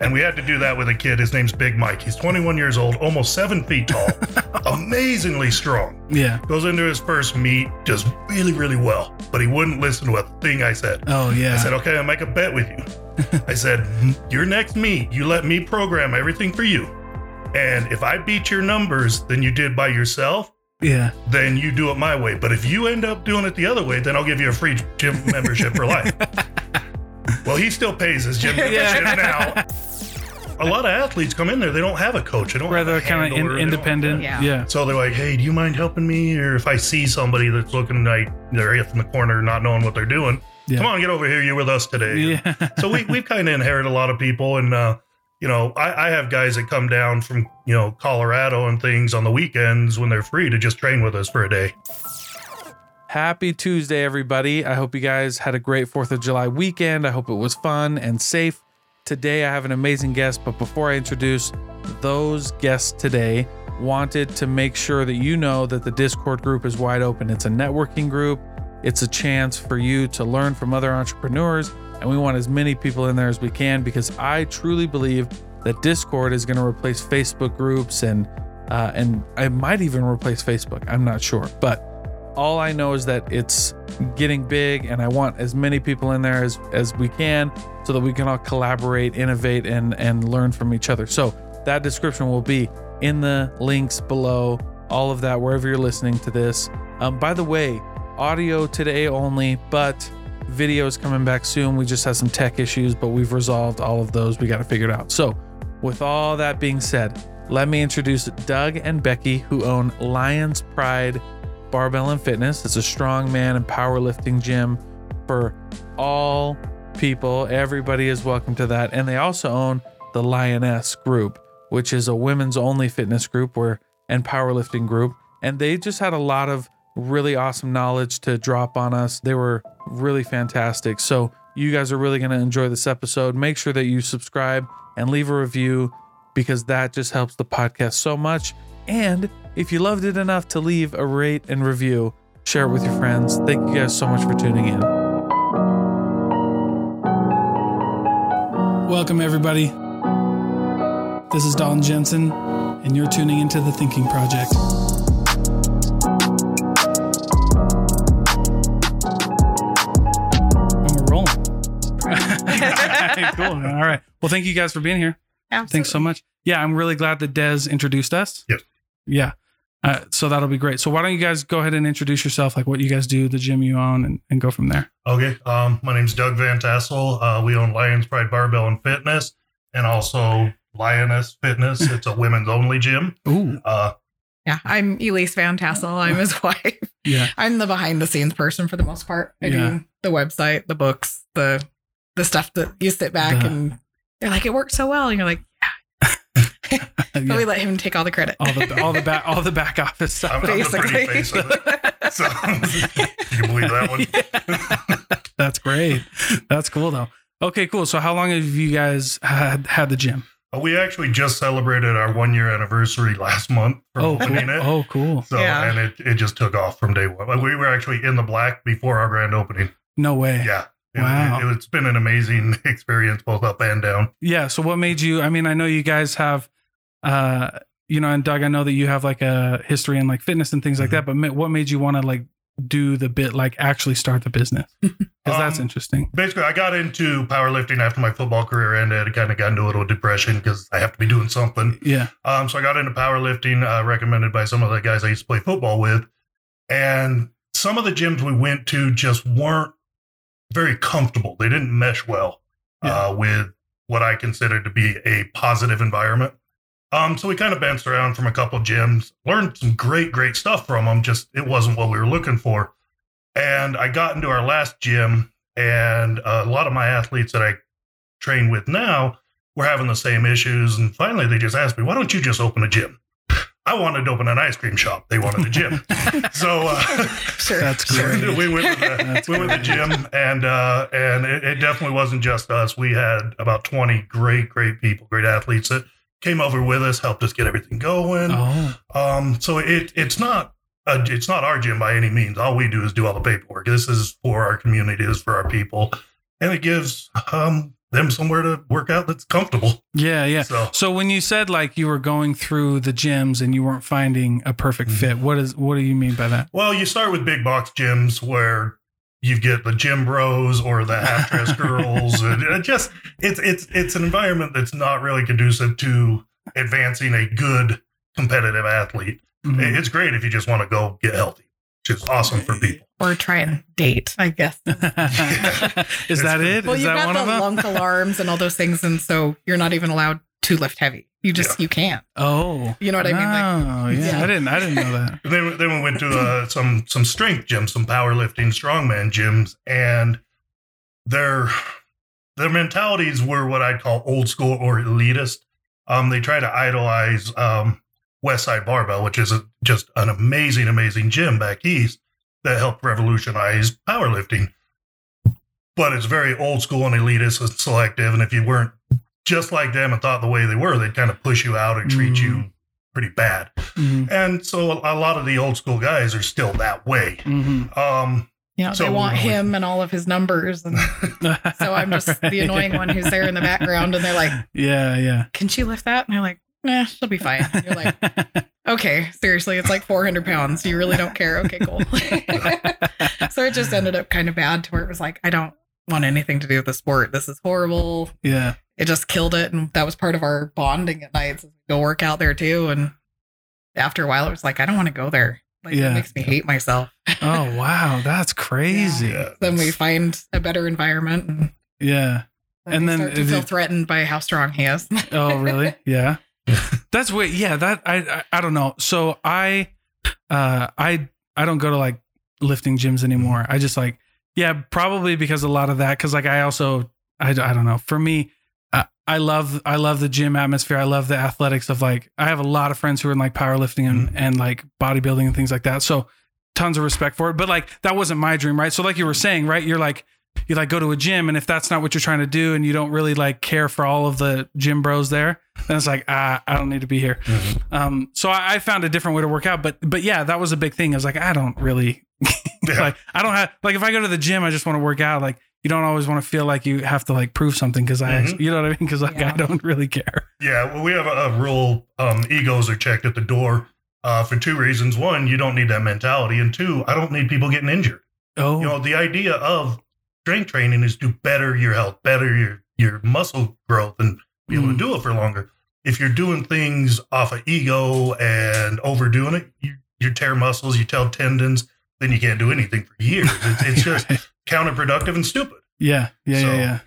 And we had to do that with a kid. His name's Big Mike. He's 21 years old, almost seven feet tall, amazingly strong. Yeah. Goes into his first meet, does really, really well, but he wouldn't listen to a thing I said. Oh yeah. I said, okay, I'll make a bet with you. I said, your next meet, you let me program everything for you. And if I beat your numbers than you did by yourself, yeah. then you do it my way. But if you end up doing it the other way, then I'll give you a free gym membership for life. Well, he still pays his gym membership now. A lot of athletes come in there, they don't have a coach. They don't Rather have a kind of handler, in, they don't- independent. Yeah. Yeah. So they're like, hey, do you mind helping me? Or if I see somebody that's looking like they're in the corner, not knowing what they're doing, Yeah. come on, get over here. You're with us today. Yeah. so we, we've kind of inherit a lot of people. And, uh, you know, I, I have guys that come down from, you know, Colorado and things on the weekends when they're free to just train with us for a day. Happy Tuesday, everybody. I hope you guys had a great 4th of July weekend. I hope it was fun and safe. Today, I have an amazing guest, but before I introduce those guests today, wanted to make sure that you know that the Discord group is wide open. It's a networking group, it's a chance for you to learn from other entrepreneurs, and we want as many people in there as we can because I truly believe that Discord is going to replace Facebook groups and uh, and I might even replace Facebook. I'm not sure, but all I know is that it's getting big, and I want as many people in there as as we can, so that we can all collaborate, innovate, and and learn from each other. So that description will be in the links below. All of that wherever you're listening to this. Um, by the way, audio today only, but video is coming back soon. We just had some tech issues, but we've resolved all of those. We got it figured out. So, with all that being said, let me introduce Doug and Becky, who own Lions Pride Barbell and Fitness. It's a strongman and powerlifting gym for all people. Everybody is welcome to that. And they also own the Lioness Group, which is a women's only fitness group where and powerlifting group. And they just had a lot of really awesome knowledge to drop on us. They were really fantastic. So you guys are really going to enjoy this episode. Make sure that you subscribe and leave a review because that just helps the podcast so much. And if you loved it enough to leave a rate and review, share it with your friends. Thank you guys so much for tuning in. Welcome everybody. This is Dalton Jensen, and you're tuning into the Thinking Project. And Oh, we're rolling. cool. man. All right. Well, thank you guys for being here. Thanks so much. Yeah, I'm really glad that Des introduced us. Yep. Yeah. Uh, so that'll be great. So why don't you guys go ahead and introduce yourself, like what you guys do, the gym you own, and, and go from there. Okay. Um, my name's Doug Van Tassel. Uh, we own Lions Pride Barbell and Fitness and also Lioness Fitness. It's a women's only gym. Ooh. Uh, Yeah, I'm Elise Van Tassel. I'm his wife. Yeah. I'm the behind the scenes person for the most part. I Yeah. do the website, the books, the the stuff that you sit back The- and they're like, it worked so well. And you're like, but Yeah. we let him take all the credit. All the all the back all the back office I'm, stuff. I'm the pretty Basically. face of it. So, you can believe that one. That's great. That's cool though. Okay, cool. So how long have you guys had had the gym? Uh, We actually just celebrated our one year anniversary last month for Oh, cool. opening it. Oh, cool. So, Yeah. and it, it just took off from day one. Like, We were actually in the black before our grand opening. No way. Yeah. It- Wow. It, has been an amazing experience, both up and down. yeah so what made you i mean i know you guys have uh you know and doug i know that you have like a history in like fitness and things like Mhm. that Mm-hmm. but ma- what made you want to like do the bit like actually start the business because that's Um, interesting Basically, I got into powerlifting after my football career ended. I kind of got into a little depression because I have to be doing something. yeah Um, so I got into powerlifting, uh, recommended by some of the guys I used to play football with. And some of the gyms we went to just weren't very comfortable. They didn't mesh well Yeah. uh, with what I consider to be a positive environment. Um, so we kind of bounced around from a couple gyms, learned some great, great stuff from them. Just it wasn't what we were looking for. And I got into our last gym, and uh, a lot of my athletes that I train with now were having the same issues. And finally, they just asked me, "Why don't you just open a gym?" I wanted to open an ice cream shop. They wanted a gym. so uh, sure. that's great we went with the, That's we went with the gym, and uh, and it, it definitely wasn't just us. We had about twenty great, great people, great athletes that came over with us, helped us get everything going. oh Um, so it it's not a, it's not our gym by any means. All we do is do all the paperwork. This is for our community. This is for our people, and it gives um them somewhere to work out that's comfortable. Yeah, yeah. So So when you said like you were going through the gyms and you weren't finding a perfect Mhm. fit, what is what do you mean by that? Well, you start with big box gyms where you get the gym bros or the half dress girls, and it just it's it's it's an environment that's not really conducive to advancing a good competitive athlete. Mm-hmm. Mhm. It's great if you just want to go get healthy, which is awesome for people. Or try and date, I guess. is that it? Well, is you've that got one the of them? lunk alarms and all those things, and so you're not even allowed to lift heavy. You just you can't. oh, You know what I mean? Ah. Like, Oh, yeah. Yeah. I didn't. I didn't know that. And then then we went to uh, some some strength gyms, some powerlifting, strongman gyms, and their their mentalities were what I'd call old school or elitist. Um, they try to idolize um, West Side Barbell, which is a, just an amazing, amazing gym back east that helped revolutionize powerlifting. But it's very old school and elitist and selective. And if you weren't just like them and thought the way they were, they'd kind of push you out and treat Mm. you pretty bad. Mm-hmm. Mhm. And so a a lot of the old school guys are still that way. Mhm. Um, you know, So they want we're- him and all of his numbers, and so I'm just Right. the annoying one who's there in the background, and they're like, Yeah, yeah. "Can she lift that?" And they're like, "Nah, she'll be fine." And you're like, "Okay, seriously, it's like 400 pounds. You really don't care? Okay, cool." so it just ended up kind of bad to where it was like, "I don't want anything to do with the sport. This is horrible." yeah. it just killed it. And that was part of our bonding at nights. Go work out there too. And after a while, it was like, I don't want to go there. Like, Yeah. it makes me hate myself. Oh wow, that's crazy. Yeah. yeah. Then we find a better environment. And, And and then then we start to if feel it- threatened by how strong he is. Oh really? Yeah. That's weird. Yeah. That I, I I don't know. So I uh I I don't go to like lifting gyms anymore. I just like yeah probably because a lot of that because like I also I I don't know for me. I- I love I love the gym atmosphere. I love the athletics of like I have a lot of friends who are in like powerlifting and, and like bodybuilding and things like that. So tons of respect for it. But like that wasn't my dream, right? So like you were saying, right? You're like you like go to a gym and if that's not what you're trying to do and you don't really like care for all of the gym bros there, then it's like, ah, I don't need to be here. Mhm. Um so I, I found a different way to work out. But but yeah, that was a big thing. I was like, I don't really Yeah. like I don't have like if I go to the gym, I just want to work out. Like you don't always want to feel like you have to like prove something because I, Mhm. you know what I mean? Because like Yeah. I don't really care. Yeah, well, we have a, a rule. Um, egos are checked at the door uh, for two reasons. One, you don't need that mentality, and two, I don't need people getting injured. Oh, You know, the idea of strength training is to better your health, better your your muscle growth, and be Hmm. able to do it for longer. If you're doing things off of ego and overdoing it, you, you tear muscles, you tear tendons, then you can't do anything for years. It's, it's just counterproductive and stupid. yeah, yeah, So- yeah, yeah.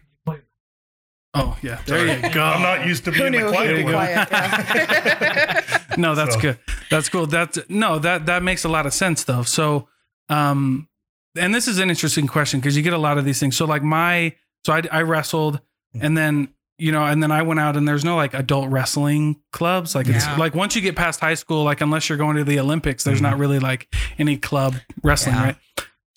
Oh yeah, there you go. I'm not used to being the quiet he'd be one. quiet, yeah. no, that's So- good. That's cool. That's no, that that makes a lot of sense though. So, um, and this is an interesting question because you get a lot of these things. So, like my, so I, I wrestled, Mm. and then you know, and then I went out, and there's no like adult wrestling clubs. Like it's Yeah. like once you get past high school, like unless you're going to the Olympics, there's Mm. not really like any club wrestling, Yeah. right?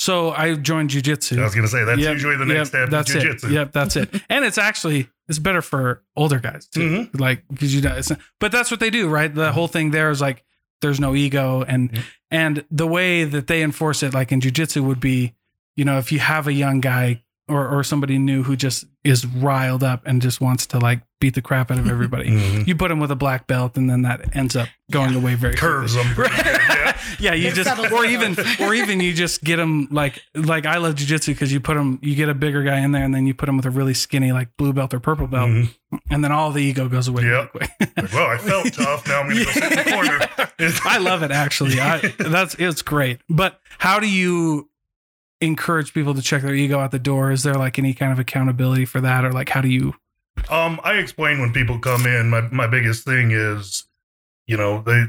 So I joined jujitsu. I was going to say that's Yep, usually the next yep, step. That's is it. jujitsu. Yep, that's it. And it's actually it's better for older guys Mm-hmm. too, like because you know. It's not, but that's what they do, right? The whole thing there is like there's no ego, and Yep. and the way that they enforce it, like in jujitsu, would be, you know, if you have a young guy or or somebody new who just is riled up and just wants to like beat the crap out of everybody, Mhm. you put him with a black belt, and then that ends up going away very quickly. Curves them. Right. yeah, you It just settles or it even out. or even you just get them like like I love jujitsu because you put them you get a bigger guy in there and then you put him with a really skinny like blue belt or purple belt Mhm. and then all the ego goes away. really Yep. quick. Like, well, I felt tough. Now I'm going to go sit in the corner. I love it actually. I, that's it's great. But how do you encourage people to check their ego at the door? Is there like any kind of accountability for that or like how do you? Um, I explain when people come in. My my biggest thing is, you know, they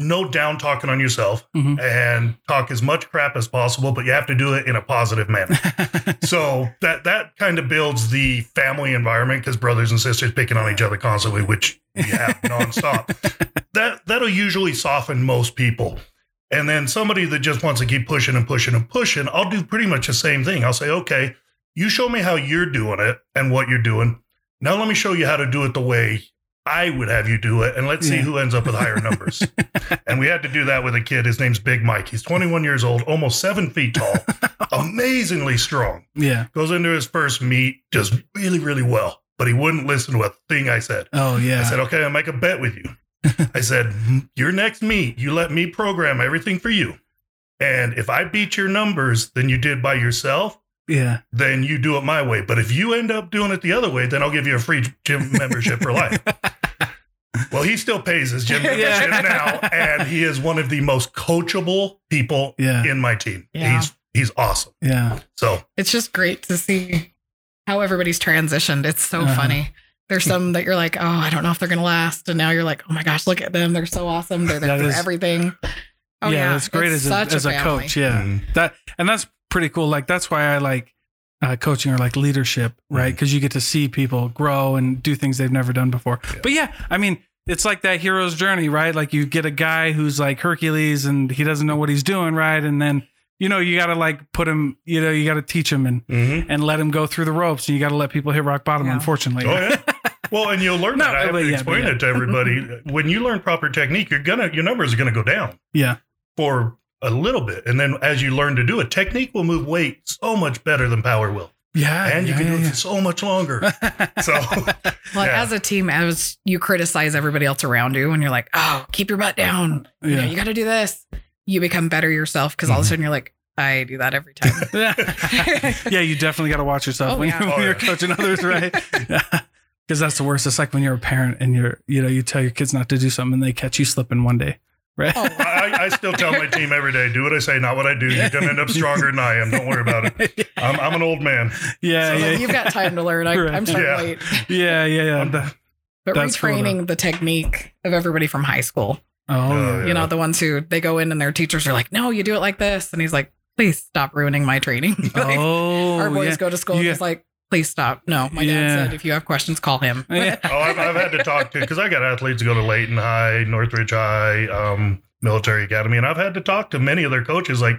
no down talking on yourself Mhm. and talk as much crap as possible, but you have to do it in a positive manner. so that that kind of builds the family environment because brothers and sisters picking on each other constantly, which we have nonstop. That that'll usually soften most people. And then somebody that just wants to keep pushing and pushing and pushing, I'll do pretty much the same thing. I'll say, okay, you show me how you're doing it and what you're doing. Now let me show you how to do it the way I would have you do it, and let's see Yeah. who ends up with higher numbers. and we had to do that with a kid. His name's Big Mike. He's 21 years old, almost seven feet tall, amazingly strong. Yeah. Goes into his first meet, does really, really well, but he wouldn't listen to a thing I said. Oh yeah. I said, okay, I'll make a bet with you. I said, "Hmm, your next meet, you let me program everything for you. And if I beat your numbers than you did by yourself, yeah. then you do it my way. But if you end up doing it the other way, then I'll give you a free gym membership for life. Well, he still pays his gym membership Yeah. now, and he is one of the most coachable people Yeah. in my team. Yeah. He's he's awesome. Yeah. So It's just great to see how everybody's transitioned. It's so Uh-huh. funny. There's some that you're like, oh, I don't know if they're gonna last, and now you're like, oh my gosh, look at them. They're so awesome. They're there That for is- everything. yeah, That's great Oh, It's as a, such as a, family. coach. Yeah. mm, That and that's pretty cool. Like that's why I like uh, coaching or like leadership, right? Mm-hmm. Because you get to see people grow and do things they've never done before. Yeah. But yeah, I mean, it's like that hero's journey, right? Like you get a guy who's like Hercules and he doesn't know what he's doing, right? And then you know you got to like put him, you know, you got to teach him and mhm. and let him go through the ropes, and you got to let people hit rock bottom. Yeah. Unfortunately, Oh yeah. Well, and you'll learn No, that. I have but to yeah, explain but yeah. it to everybody. when you learn proper technique, you're gonna your numbers are gonna go down yeah. for a little bit, and then as you learn to do it, technique will move weight so much better than power will, Yeah, and you yeah, can do Uh, yeah, it for so much longer. yeah. So Well, Yeah. as a team, as you criticize everybody else around you, and you're like, oh, keep your butt down. You know, Yeah. Mm-hmm. you got to do this. You become better yourself because all of a Mhm. sudden you're like, I do that every time. yeah, you definitely got to watch yourself Oh, when, yeah. you, when Oh, you're yeah. coaching others, right? Because that's the worst. It's like when you're a parent and you're, you know, you tell your kids not to do something and they catch you slipping one day, right? Oh, I, I- I still tell my team every day, do what I say, not what I do. You're gonna end up stronger than I am. Don't worry about it. Uh, I'm, I'm an old man. yeah, So yeah, You've got time to learn. I, Right. I'm starting Yeah. late. yeah, yeah, yeah. The- But That's cool, retraining the technique of everybody from high school. oh, Oh, yeah. You Yeah. know, the ones who they go in and their teachers are like, no, you do it like this. And he's like, please stop ruining my training. like, oh, our boys yeah. go to school Yeah. and it's like, please stop. No, my Yeah. dad said, if you have questions, call him. Yeah. Oh, I've, I've had to talk to because I got athletes who go to Layton High, Northridge High, um, Military Academy, and I've had to talk to many of their coaches like,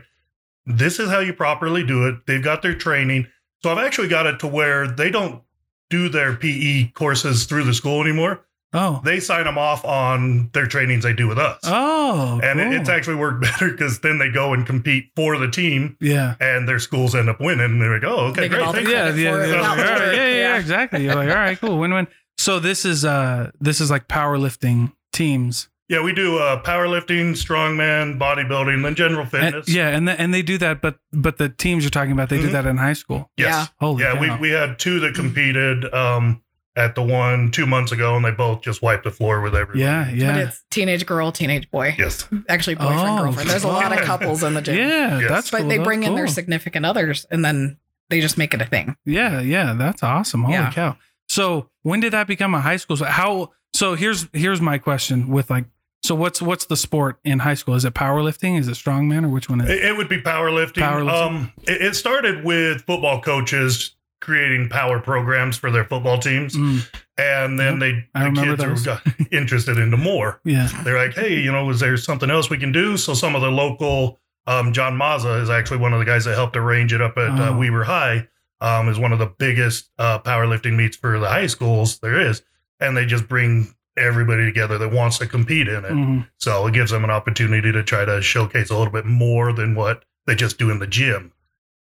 this is how you properly do it. They've got their training, so I've actually got it to where they don't do their PE courses through the school anymore. Oh, They sign them off on their trainings they do with us, oh, and it, cool. it's actually worked better because then they go and compete for the team, yeah. and their schools end up winning. And they're like, oh, okay, They get great, all the thank you. yeah, credit yeah, for it. yeah, Not yeah, worth yeah, it. yeah, Yeah. exactly. You're like, all right, cool, win-win. So this is uh, this is like powerlifting teams. Yeah, we do uh, powerlifting, strongman, bodybuilding, then general And- fitness. yeah, and the, and they do that, but but the teams you're talking about, they did Mhm. that in high school. Yes. Holy Yeah, cow. we, we had two that competed um, at the one two months ago, and they both just wiped the floor with everyone. yeah, But yeah, it's teenage girl, teenage boy. Yes. Actually, boyfriend, Oh, girlfriend. There's a lot of wow. couples in the gym. yeah. Yes. That's but cool. they That's bring in their cool. significant others and then they just make it a thing. Yeah, yeah, that's awesome. Holy Yeah. cow. So when did that become a high school? So how so here's here's my question with like so what's what's the sport in high school? Is it powerlifting? Is it strongman or which one is it? It, it would be powerlifting. Powerlifting. Um, it, it started with football coaches creating power programs for their football teams, Mm, and then they I the remember kids those. were got interested into more. yeah. they're like, hey, you know, is there something else we can do? So some of the local, um, John Mazza is actually one of the guys that helped arrange it up at Oh. uh, Weaver High. Um, is one of the biggest uh, powerlifting meets for the high schools there is, and they just bring everybody together that wants to compete in it. Mhm. So it gives them an opportunity to try to showcase a little bit more than what they just do in the gym,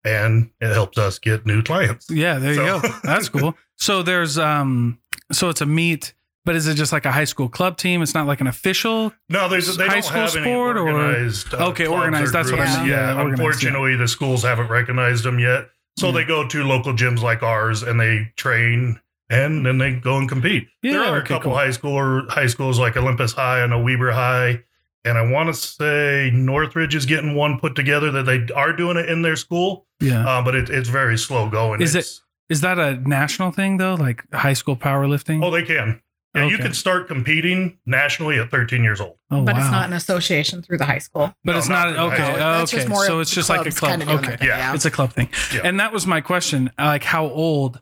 and it helps us get new clients. Yeah, there you So- go. That's cool. So there's um so it's a meet, but is it just like a high school club team? It's not like an official? No, there's they High don't school have any sport or- organized. uh, Okay, clubs organized, or that's what I groups. meant, yeah, Yeah, organized, yeah. unfortunately, the schools haven't recognized them yet, so Yeah. they go to local gyms like ours and they train, and then they go and compete. there Yeah, are okay, a couple cool. high school or high schools like Olympus High and a Weber High, and I want to say Northridge is getting one put together that they are doing it in their school, Yeah. uh, but it, it's very slow going. Is it- It's- Is that a national thing though? Like high school powerlifting? Oh, they can. Yeah, you Okay. can start competing nationally at 13 years old. Oh, but wow. it's not an association through the high school. but No, it's not, not- okay. No, oh, That's okay. just more so of it's just the like a clubs club. kinda doing Okay. that thing, Yeah. It's a club thing. Yeah. And that was my question. Like, how old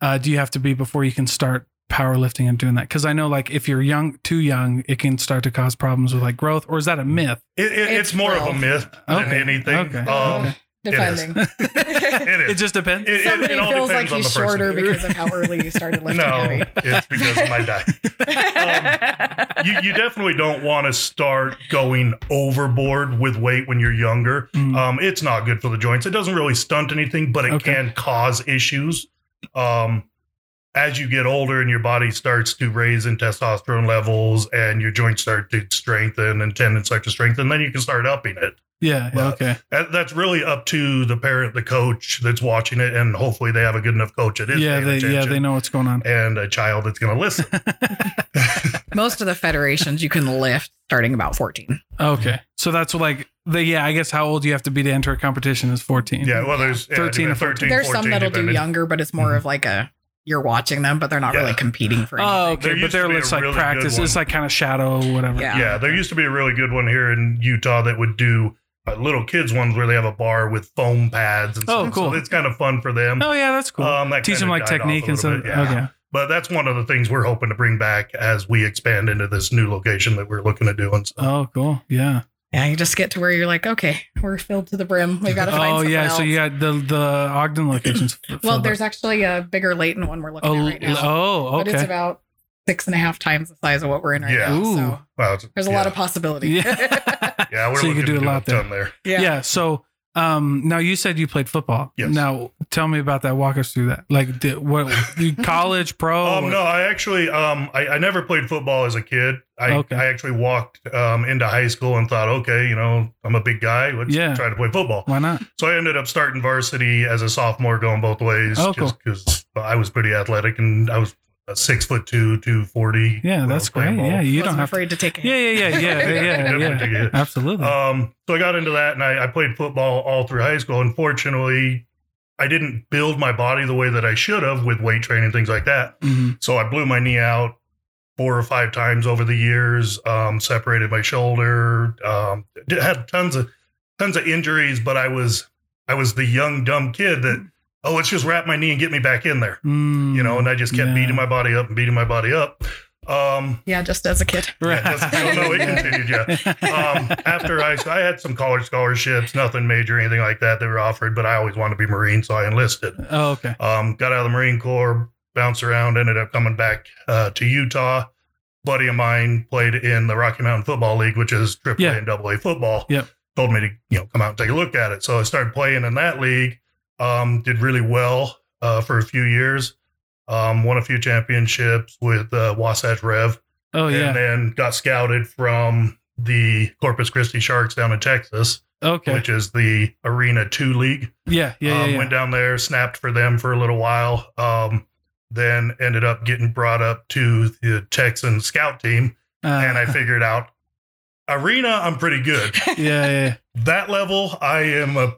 uh, do you have to be before you can start powerlifting and doing that? Because I know, like, if you're young, too young, it can start to cause problems with like growth, or is that a myth? It, it, it's, It's more of a growth. myth than Okay. anything. Okay. Um, Okay. defending. It is. It just depends. It- it- Somebody it all feels like depends on he's the person. shorter because of how early you started lifting no, heavy. it's because of my diet. Um, You, you definitely don't want to start going overboard with weight when you're younger. Mm. Um, it's not good for the joints. It doesn't really stunt anything, but it Okay. can cause issues. Um, as you get older and your body starts to raise in testosterone levels and your joints start to strengthen and tendons start to strengthen, then you can start upping it. yeah. yeah, Well, Okay. That, that's really up to the parent, the coach that's watching it, and hopefully they have a good enough coach that is Yeah. paying They, yeah. attention They know what's going on. and a child that's going to listen. Most of the federations you can lift starting about 14. Okay. So that's like the yeah. I guess how old you have to be to enter a competition is fourteen. Yeah, well, there's yeah, 13 or 13, There's some 14, that'll do depending. Mm-hmm. younger, but it's more of like a you're watching them, but they're not Yeah. really competing for anything. Oh, There okay. But used they're to be a it's like really good practice. It's one. like kind of shadow, whatever. Yeah. Yeah, there used to be a really good one here in Utah that would do uh, little kids ones where they have a bar with foam pads and Oh, stuff. cool. So it's kind of fun for them. Oh yeah, that's cool. Um, that Teach kinda them died like off a technique and little stuff. bit, yeah. Okay. But that's one of the things we're hoping to bring back as we expand into this new location that we're looking to do. And stuff. Oh, cool. Yeah. Yeah, you just get to where you're like, okay, we're filled to the brim. We got to find Oh something yeah. else. So you got the the Ogden locations. f- well, filled there's actually a bigger Leighton one we're up. looking oh at right now, oh but it's okay. about six and a half times the size of what we're in right Yeah. now. Ooh. So Wow, it's- there's a yeah. lot of possibility. Yeah. yeah. We're So you looking could do to a lot there. ton there. yeah. So um, now you said you played football. Yes. Now tell me about that. Walk us through that. Like did, what you college pro? um, no, I actually, um, I, I never played football as a kid. I, Okay. I actually walked um, into high school and thought, okay, you know, I'm a big guy. Let's Yeah. try to play football. Why not? So I ended up starting varsity as a sophomore, going both ways, Oh, cool. just because I was pretty athletic and I was uh, six foot two, two forty. Yeah, that's great. Yeah, you don't Wasn't have to. afraid to, take it. Yeah, yeah, yeah, yeah, yeah, yeah. Definitely yeah. did. Absolutely. Um, so I got into that, and I, I played football all through high school. Unfortunately, I didn't build my body the way that I should have with weight training and things like that. Mhm. So I blew my knee out four or five times over the years. Um, separated my shoulder. Um, d- had tons of tons of injuries, but I was I was the young dumb kid that oh, let's just wrap my knee and get me back in there, Mm. you know. And I just kept Yeah. beating my body up and beating my body up. Um, Yeah, just as a kid. yeah, that's- no, no, it continued. Yeah. Um, after high school, I had some college scholarships, nothing major, anything like that that were offered, but I always wanted to be Marine, so I enlisted. oh, okay. Um, got out of the Marine Corps, bounced around, ended up coming back uh, to Utah. Buddy of mine played in the Rocky Mountain Football League, which is AAA Yeah. and AA football. Yep. Told me to you know come out and take a look at it. So I started playing in that league. Um, did really well uh, for a few years. Um, won a few championships with uh, Wasatch Rev Oh and yeah. then got scouted from the Corpus Christi Sharks down in Texas, Okay. which is the Arena Two League. Yeah. Yeah. um, Yeah. Went down there, snapped for them for a little while, um, then ended up getting brought up to the Texan scout team, yeah. and I figured out arena. I'm pretty good. Uh, yeah. that level, I am a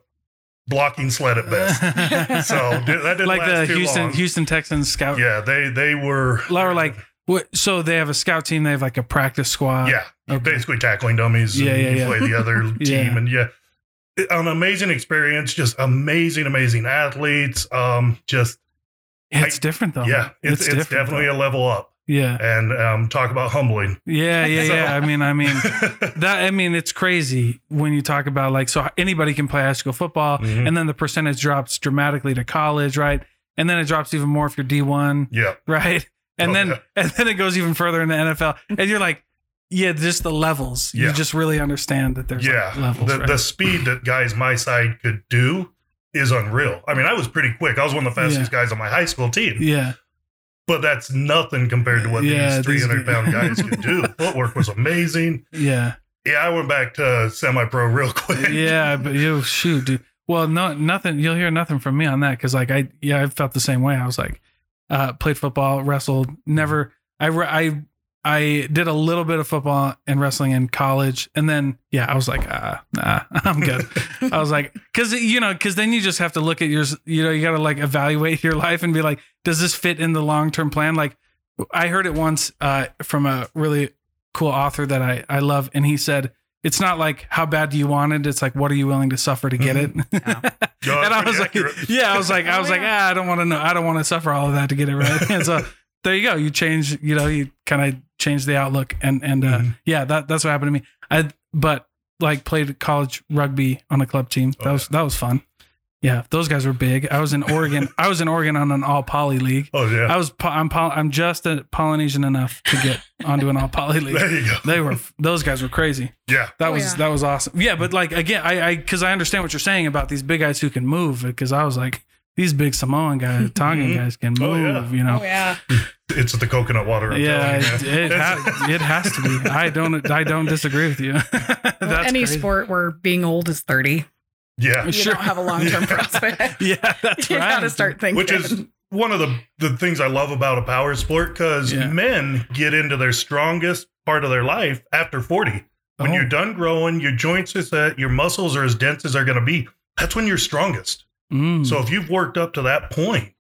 blocking sled at best. Yeah. yeah. So that didn't like the last too Houston long. Houston Texans scout. yeah, they they were Or like what? So they have a scout team. They have like a practice squad. yeah, Okay. basically tackling dummies. Yeah, and yeah, you yeah. play the other team, Yeah. and yeah, It- an amazing experience. Just amazing, amazing athletes. Um, just It's I- different though. yeah, it's it's, Oh, different, definitely though. a level up. yeah. And um, talk about humbling. Yeah. Yeah. So- Yeah. I mean. I mean. Mhm. That I mean, it's crazy when you talk about like so anybody can play high school football, Mm-hmm. and then the percentage drops dramatically to college, right? And then it drops even more if you're D one, yeah, right? And Oh, then yeah. and then it goes even further in the NFL, and you're like, yeah, just the levels. You Yeah. just really understand that there's yeah. like, levels. the right? the speed that guys my side could do is unreal. I mean, I was pretty quick. I was one of the fastest guys on my high school team. yeah, But that's nothing compared to what Yeah, these these- three hundred pound guys could do. Footwork was amazing. yeah, Yeah, I went back to semi pro real quick. yeah. But you shoot, dude. Well, no, nothing. You'll hear nothing from me on that because like I yeah, I felt the same way. I was like, uh, played football, wrestled, never. I re- I I did a little bit of football and wrestling in college, and then yeah, I was like, uh, nah, I'm good. I was like, because you know, because then you just have to look at your, you know, you got to like evaluate your life and be like, does this fit in the long term plan? Like, I heard it once uh, from a really cool author that I I love, and he said. It's not like how bad do you want it? It's like what are you willing to suffer to get it? No, that's and I pretty was like, accurate. yeah, I was like, I Oh, was like, yeah. ah, I don't want to know, I don't want to suffer all of that to get it right. And so there you go. You change, you know, you kind of change the outlook, and and uh, Mhm. yeah, that that's what happened to me. I but like played college rugby on a club team. That Oh, was that was fun. Yeah, those guys were big. I was in Oregon. I was in Oregon on an all poly league. Oh yeah, I was po- I'm pol I'm just a Polynesian enough to get onto an all poly league. there you go. They were those guys were crazy. Yeah, That Oh, was yeah. that was awesome. Yeah, but like again, I I because I understand what you're saying about these big guys who can move. Because I was like these big Samoan guys, Tongan Mhm. guys can move. Oh, yeah. You know. Mm-hmm. Oh yeah. it's the coconut water. I'm Yeah, telling you, it, man. it, ha- it has to be. I don't. I don't disagree with you. That's Well, any crazy. sport where being old is 30, yeah. you Sure. don't have a long term prospect. Yeah, that's you right. gotta start thinking. Which is one of the the things I love about a power sport because Yeah. men get into their strongest part of their life after forty. When Oh. you're done growing, your joints is that your muscles are as dense as they're going to be. That's when you're strongest. Mm. So if you've worked up to that point,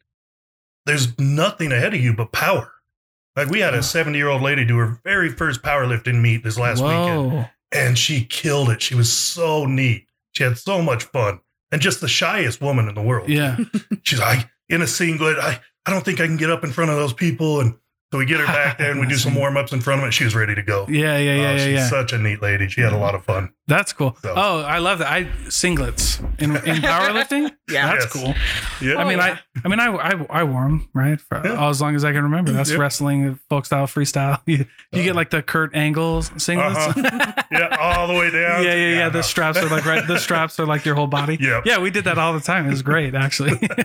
there's nothing ahead of you but power. Like we had Yeah. a 70 year old lady do her very first powerlifting meet this last weekend. Whoa. and she killed it. She was so neat. She had so much fun, and just the shyest woman in the world. Yeah. She's like in a singlet. I I don't think I can get up in front of those people. And so we get her back there, and we do some warm ups in front of it. She was ready to go. Yeah. Yeah. Oh, Yeah. Yeah. she's yeah. such a neat lady. She had a lot of fun. That's cool. So- Oh, I love that. I singlets in, in powerlifting. Yeah. That's Yes. cool. Oh, Yeah, I mean, yeah. I I mean, I I, I wore them right for Yeah. all as long as I can remember. That's Yep. wrestling, folk style, freestyle. You, you Uh-huh. get like the Kurt Angle singlets. yeah, all the way yeah, yeah, down. yeah. no. The straps are like right. The straps are like your whole body. Yep. Yeah, we did that all the time. It was great, actually.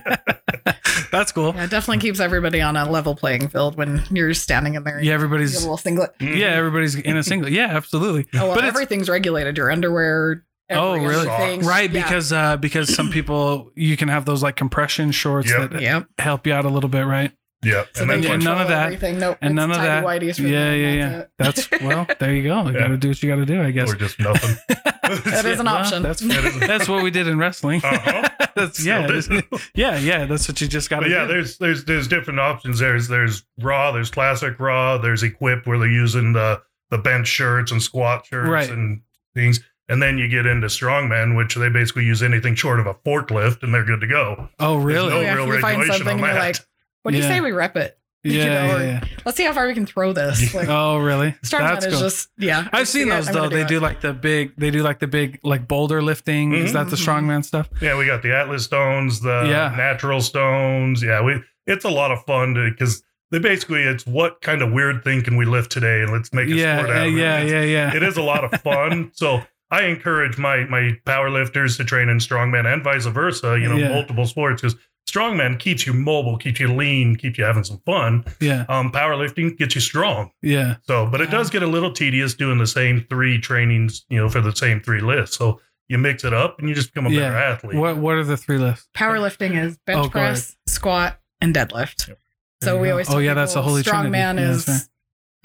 That's cool. Yeah, it definitely keeps everybody on a level playing field when you're standing in there. Yeah, in everybody's your little singlet. Mhm. Yeah, everybody's in a single. Yeah, absolutely. Oh, well, But it's- everything's regulated. Your underwear. every Oh, other really? thing. Right, Yeah. because uh because some people you can have those like compression shorts Yep. that Yep. help you out a little bit, right? yeah. So and they then then- when- and none control of that. Everything. Nope, And it's none of tidy that. whities for yeah, them, yeah, yeah. that's it. That's well, there you go. You Yeah. gotta do what you gotta do, I guess. or just nothing. That is an Well, option. That's That is- that's what we did in wrestling. Uh-huh. that's yeah, Still it do. is- yeah, yeah. That's what you just gotta But yeah, do. there's there's there's different options. There's there's raw, there's classic raw, there's equipped where they're using the the bench shirts and squat shirts Right. and things. And then you get into strongman, which they basically use anything short of a forklift, and they're good to go. Oh really? no yeah, real if you find regulation something and on you're that. like, what do you Yeah. say we rep it? yeah, you know, yeah, or- yeah. Let's see how far we can throw this. Like, Oh really? Strongman is just, yeah. I I've see seen it, those I'm though. gonna They do like the big. They do like the big like boulder lifting. Is that the Mhm. strongman stuff? Yeah, we got the Atlas stones, the Yeah. natural stones. Yeah, we it's a lot of fun because they basically it's what kind of weird thing can we lift today, and let's make a Yeah, sport out yeah, of it. yeah, It's- yeah, yeah. it is a lot of fun. So I encourage my my powerlifters to train in strongman and vice versa. You know, Yeah. multiple sports because strongman keeps you mobile, keeps you lean, keeps you having some fun. yeah, Um, powerlifting gets you strong. yeah. So, but it Yeah. does get a little tedious doing the same three trainings. You know, for the same three lists. So you mix it up and you just become a better Yeah. athlete. What What are the three lifts? Powerlifting is bench Oh, go ahead. press, squat, and Yep. deadlift. There So you we go. always Oh, tell yeah, that's people the Holy Trinity. Strongman Yeah, that's is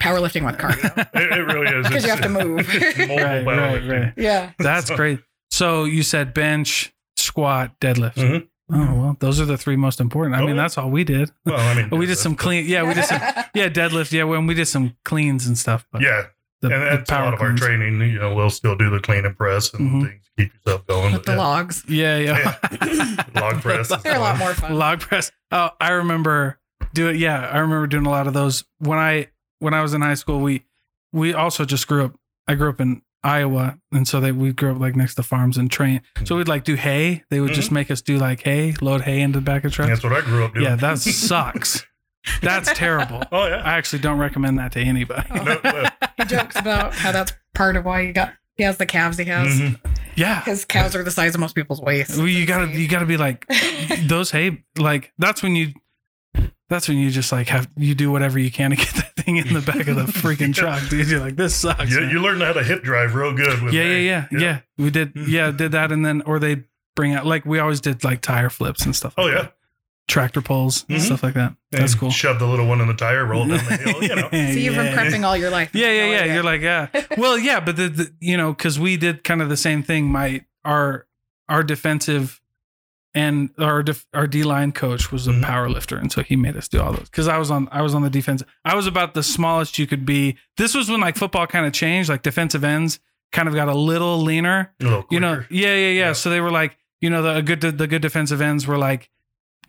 powerlifting with cardio It, it really is because you have It's- to move. it's mobile Right, right, powerlifting. right. yeah. That's So- great. So you said bench, squat, deadlift. Mhm. Oh well, those are the three most important. Oh, I mean, yeah. that's all we did. Well, I mean, But we did some clean. Yeah, we did some. Yeah, deadlift. Yeah, when we did some cleans and stuff. But Yeah, the, and that's a lot of our cleans. training. You know, we'll still do the clean and press and Mhm. things to keep yourself going. but With the yeah. logs. Yeah, yeah. Log press. is They're a lot fun. more fun. log press. Oh, I remember do it. Yeah, I remember doing a lot of those when I when I was in high school. We we also just grew up. I grew up in Iowa, and so they we grew up like next to farms and train. So we'd like do hay. They would Mm-hmm. just make us do like hay, load hay into the back of trucks. That's what I grew up doing. yeah, that sucks. That's terrible. Oh yeah. I actually don't recommend that to anybody. Oh. No, no. He jokes about how that's part of why he got he has the calves he has. Mm-hmm. Mhm. Yeah, His calves are the size of most people's waists. well, you gotta you gotta be like those hay like that's when you that's when you just like have you do whatever you can to get that thing in the back of the freaking truck dude you're like this sucks Yeah, man. you learn how to hip drive real good. With yeah, yeah that. yeah yeah we did yeah did that and then or they bring out like we always did like tire flips and stuff Oh like yeah. that. tractor pulls and Mhm. stuff like that that's And cool Shove the little one in the tire, roll it down the hill. You know. so you've yeah. been prepping all your life. yeah yeah No yeah idea. you're like yeah well yeah but the, the you know because we did kind of the same thing my our our defensive and our def, our d-line coach was a Mhm. power lifter and so he made us do all those because i was on i was on the defense i was about the smallest you could be this was when like football kind of changed like defensive ends kind of got a little leaner A little you know quicker. yeah yeah yeah, Yeah. so they were like you know the a good the good defensive ends were like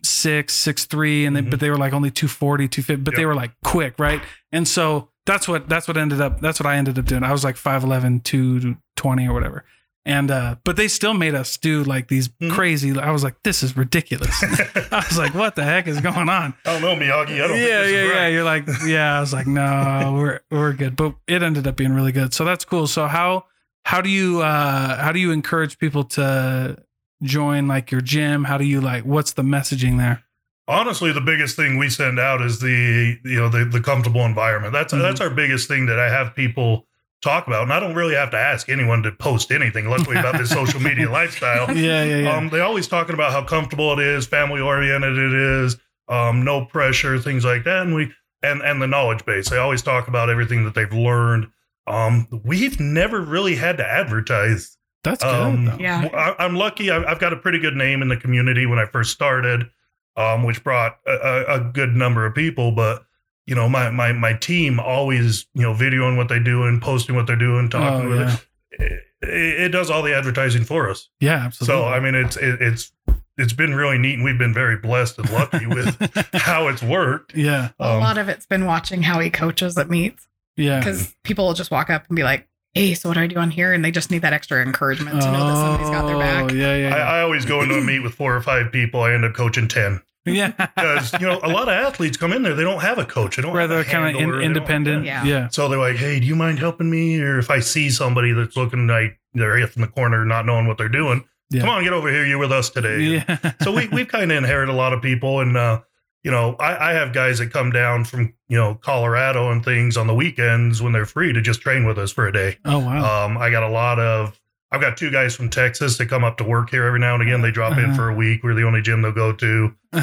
six six three and they, Mhm. but they were like only 240 250 but they Yep. were like quick right and so that's what that's what ended up that's what I ended up doing. I was like 5'11, 220 or whatever. And uh but they still made us do like these Mhm. crazy I was like, this is ridiculous. I was like, what the heck is going on? I don't know, Miyagi. I don't yeah, think this yeah, is yeah. right. You're like, yeah. I was like, no, we're we're good, but it ended up being really good. So that's cool. So how how do you uh how do you encourage people to join like your gym? How do you like what's the messaging there? Honestly, the biggest thing we send out is the you know the, the comfortable environment. That's Mhm. that's our biggest thing that I have people talk about, and I don't really have to ask anyone to post anything. Luckily about this social media lifestyle, Yeah, yeah, yeah. um, they always talking about how comfortable it is, family oriented it is, um, no pressure, things like that, and we and and the knowledge base. They always talk about everything that they've learned. Um, we've never really had to advertise that's good. um, though. Yeah. I, I'm lucky. I, I've got a pretty good name in the community when I first started, um, which brought a, a, a good number of people. But you know, my my my team always you know videoing what they do and posting what they're doing, talking Oh, with yeah. it. It, it does all the advertising for us. yeah, absolutely. So I mean, it's it, it's it's been really neat, and we've been very blessed and lucky with how it's worked. yeah, a Um, lot of it's been watching how he coaches at meets yeah. because people will just walk up and be like, "Hey, so what do I do on here?" and they just need that extra encouragement to know that somebody's got their Oh, back. Yeah, yeah, I, yeah. I always go into a meet with four or five people. I end up coaching ten. yeah. because you know a lot of athletes come in there they don't have a coach they don't Where they're have a kind of handler, they don't- independent. Yeah. yeah. so they're like hey do you mind helping me or if i see somebody that's looking like they're in the corner not knowing what they're doing Yeah. come on get over here you're with us today Yeah. so we, we've kind of inherited a lot of people and uh you know I, I have guys that come down from you know colorado and things on the weekends when they're free to just train with us for a day oh wow. um i got a lot of i've got two guys from texas that come up to work here every now and again they drop in Uh-huh. for a week we're the only gym they'll go to uh,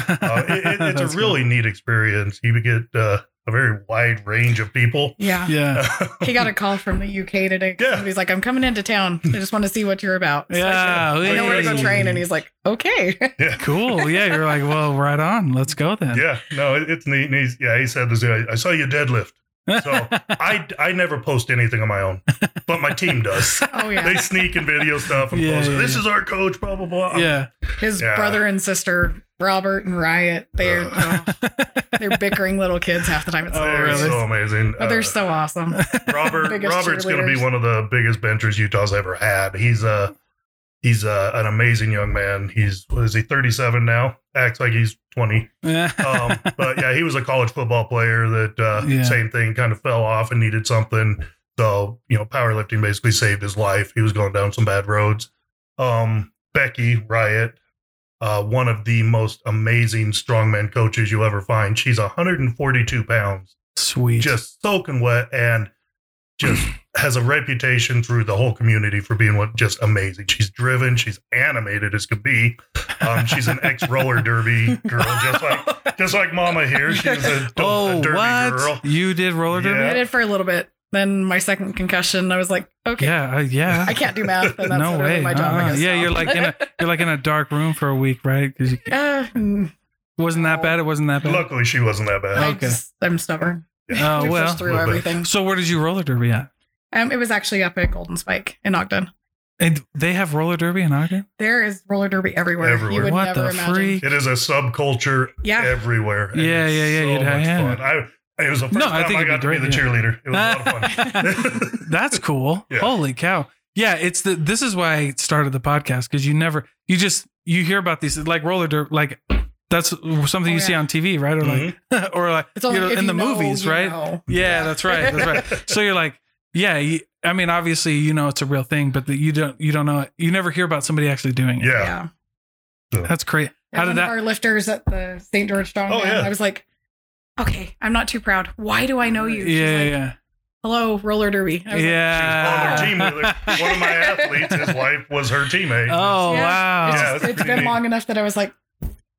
it, it- it's That's a really neat experience. You get uh, a very wide range of people. Yeah. cool. yeah. He got a call from the UK today. Yeah. He's like, I'm coming into town. I just want to see what you're about. So I Yeah, said, I know where to go hey. train. And he's like, okay. Cool. Yeah, you're like, well, right on. Let's go then. yeah, no, it, it's neat. And he's, yeah, he said this. I, I saw you deadlift. So I, I never post anything on my own, but my team does. Oh, They yeah. sneak and video stuff and Yeah, post. yeah, this yeah. is our coach. Blah blah blah. yeah. His Yeah. Uh. brother and sister, Robert and Riot, they're, Ugh. oh, they're bickering little kids half the time. It's Oh, They're hilarious. so amazing. But they're Uh, so awesome. Robert biggest Robert's going to be cheerleaders. one of the biggest benchers Utah's ever had. He's uh he's uh, an amazing young man. He's what is he 37 now? Acts like he's 20. um, but yeah, he was a college football player that uh, Yeah. same thing kind of fell off and needed something. So you know, powerlifting basically saved his life. He was going down some bad roads. Um, Becky Riot, uh, one of the most amazing strongman coaches you'll ever find. She's 142 pounds, Sweet. just soaking wet, and just has a reputation through the whole community for being what just amazing. She's driven. She's animated as could be. Um, she's an ex roller derby girl, just like just like Mama here, she was a, oh, a dirty what? girl. You did roller derby? Yeah. I did for a little bit. Then my second concussion, I was like, okay, Yeah, uh, yeah. I can't do math. And that's no literally way. my job. I Uh-uh. guess yeah, now. you're like in a you're like in a dark room for a week, right? Because it Uh, mm, wasn't that bad. It wasn't that bad. Luckily, she wasn't that I bad. Okay. just, I'm stubborn. Oh, we well. pushed through Little bit. everything. So where did you roller derby at? Um, it was actually up at Golden Spike in Ogden. And they have roller derby in Ogden. There is roller derby everywhere. Everywhere. You would what never the imagine. freak? It is a subculture Yeah. everywhere. and Yeah, it's yeah, yeah, you'd- So much yeah. fun. I, it was the first No, I time I, think it'd be got to be great, the yeah. cheerleader. It was a lot of fun. That's cool. Yeah. Holy cow. Yeah, it's the this is why I started the podcast because you never you just you hear about these like roller derby like that's something you Oh, see yeah. on TV, right? Or Mm-hmm. like or like It's only you know, if in you the know, movies, you right? know. Yeah, that's right. That's right. so you're like, yeah, you, I mean, obviously you know it's a real thing, but the, you don't you don't know it. you never hear about somebody actually doing it. Yeah. Yeah. That's great. How How did that Our lifters at the St. George Strongman. Oh, yeah. I was like, okay, I'm not too proud. Why do I know you? She's Yeah, like, yeah. Hello, roller derby. I was like, yeah. She's on their team with her. One of my athletes, his wife was her teammate. Oh, Yeah. wow. Yeah, it's just- that's it's pretty been neat. long enough that I was like,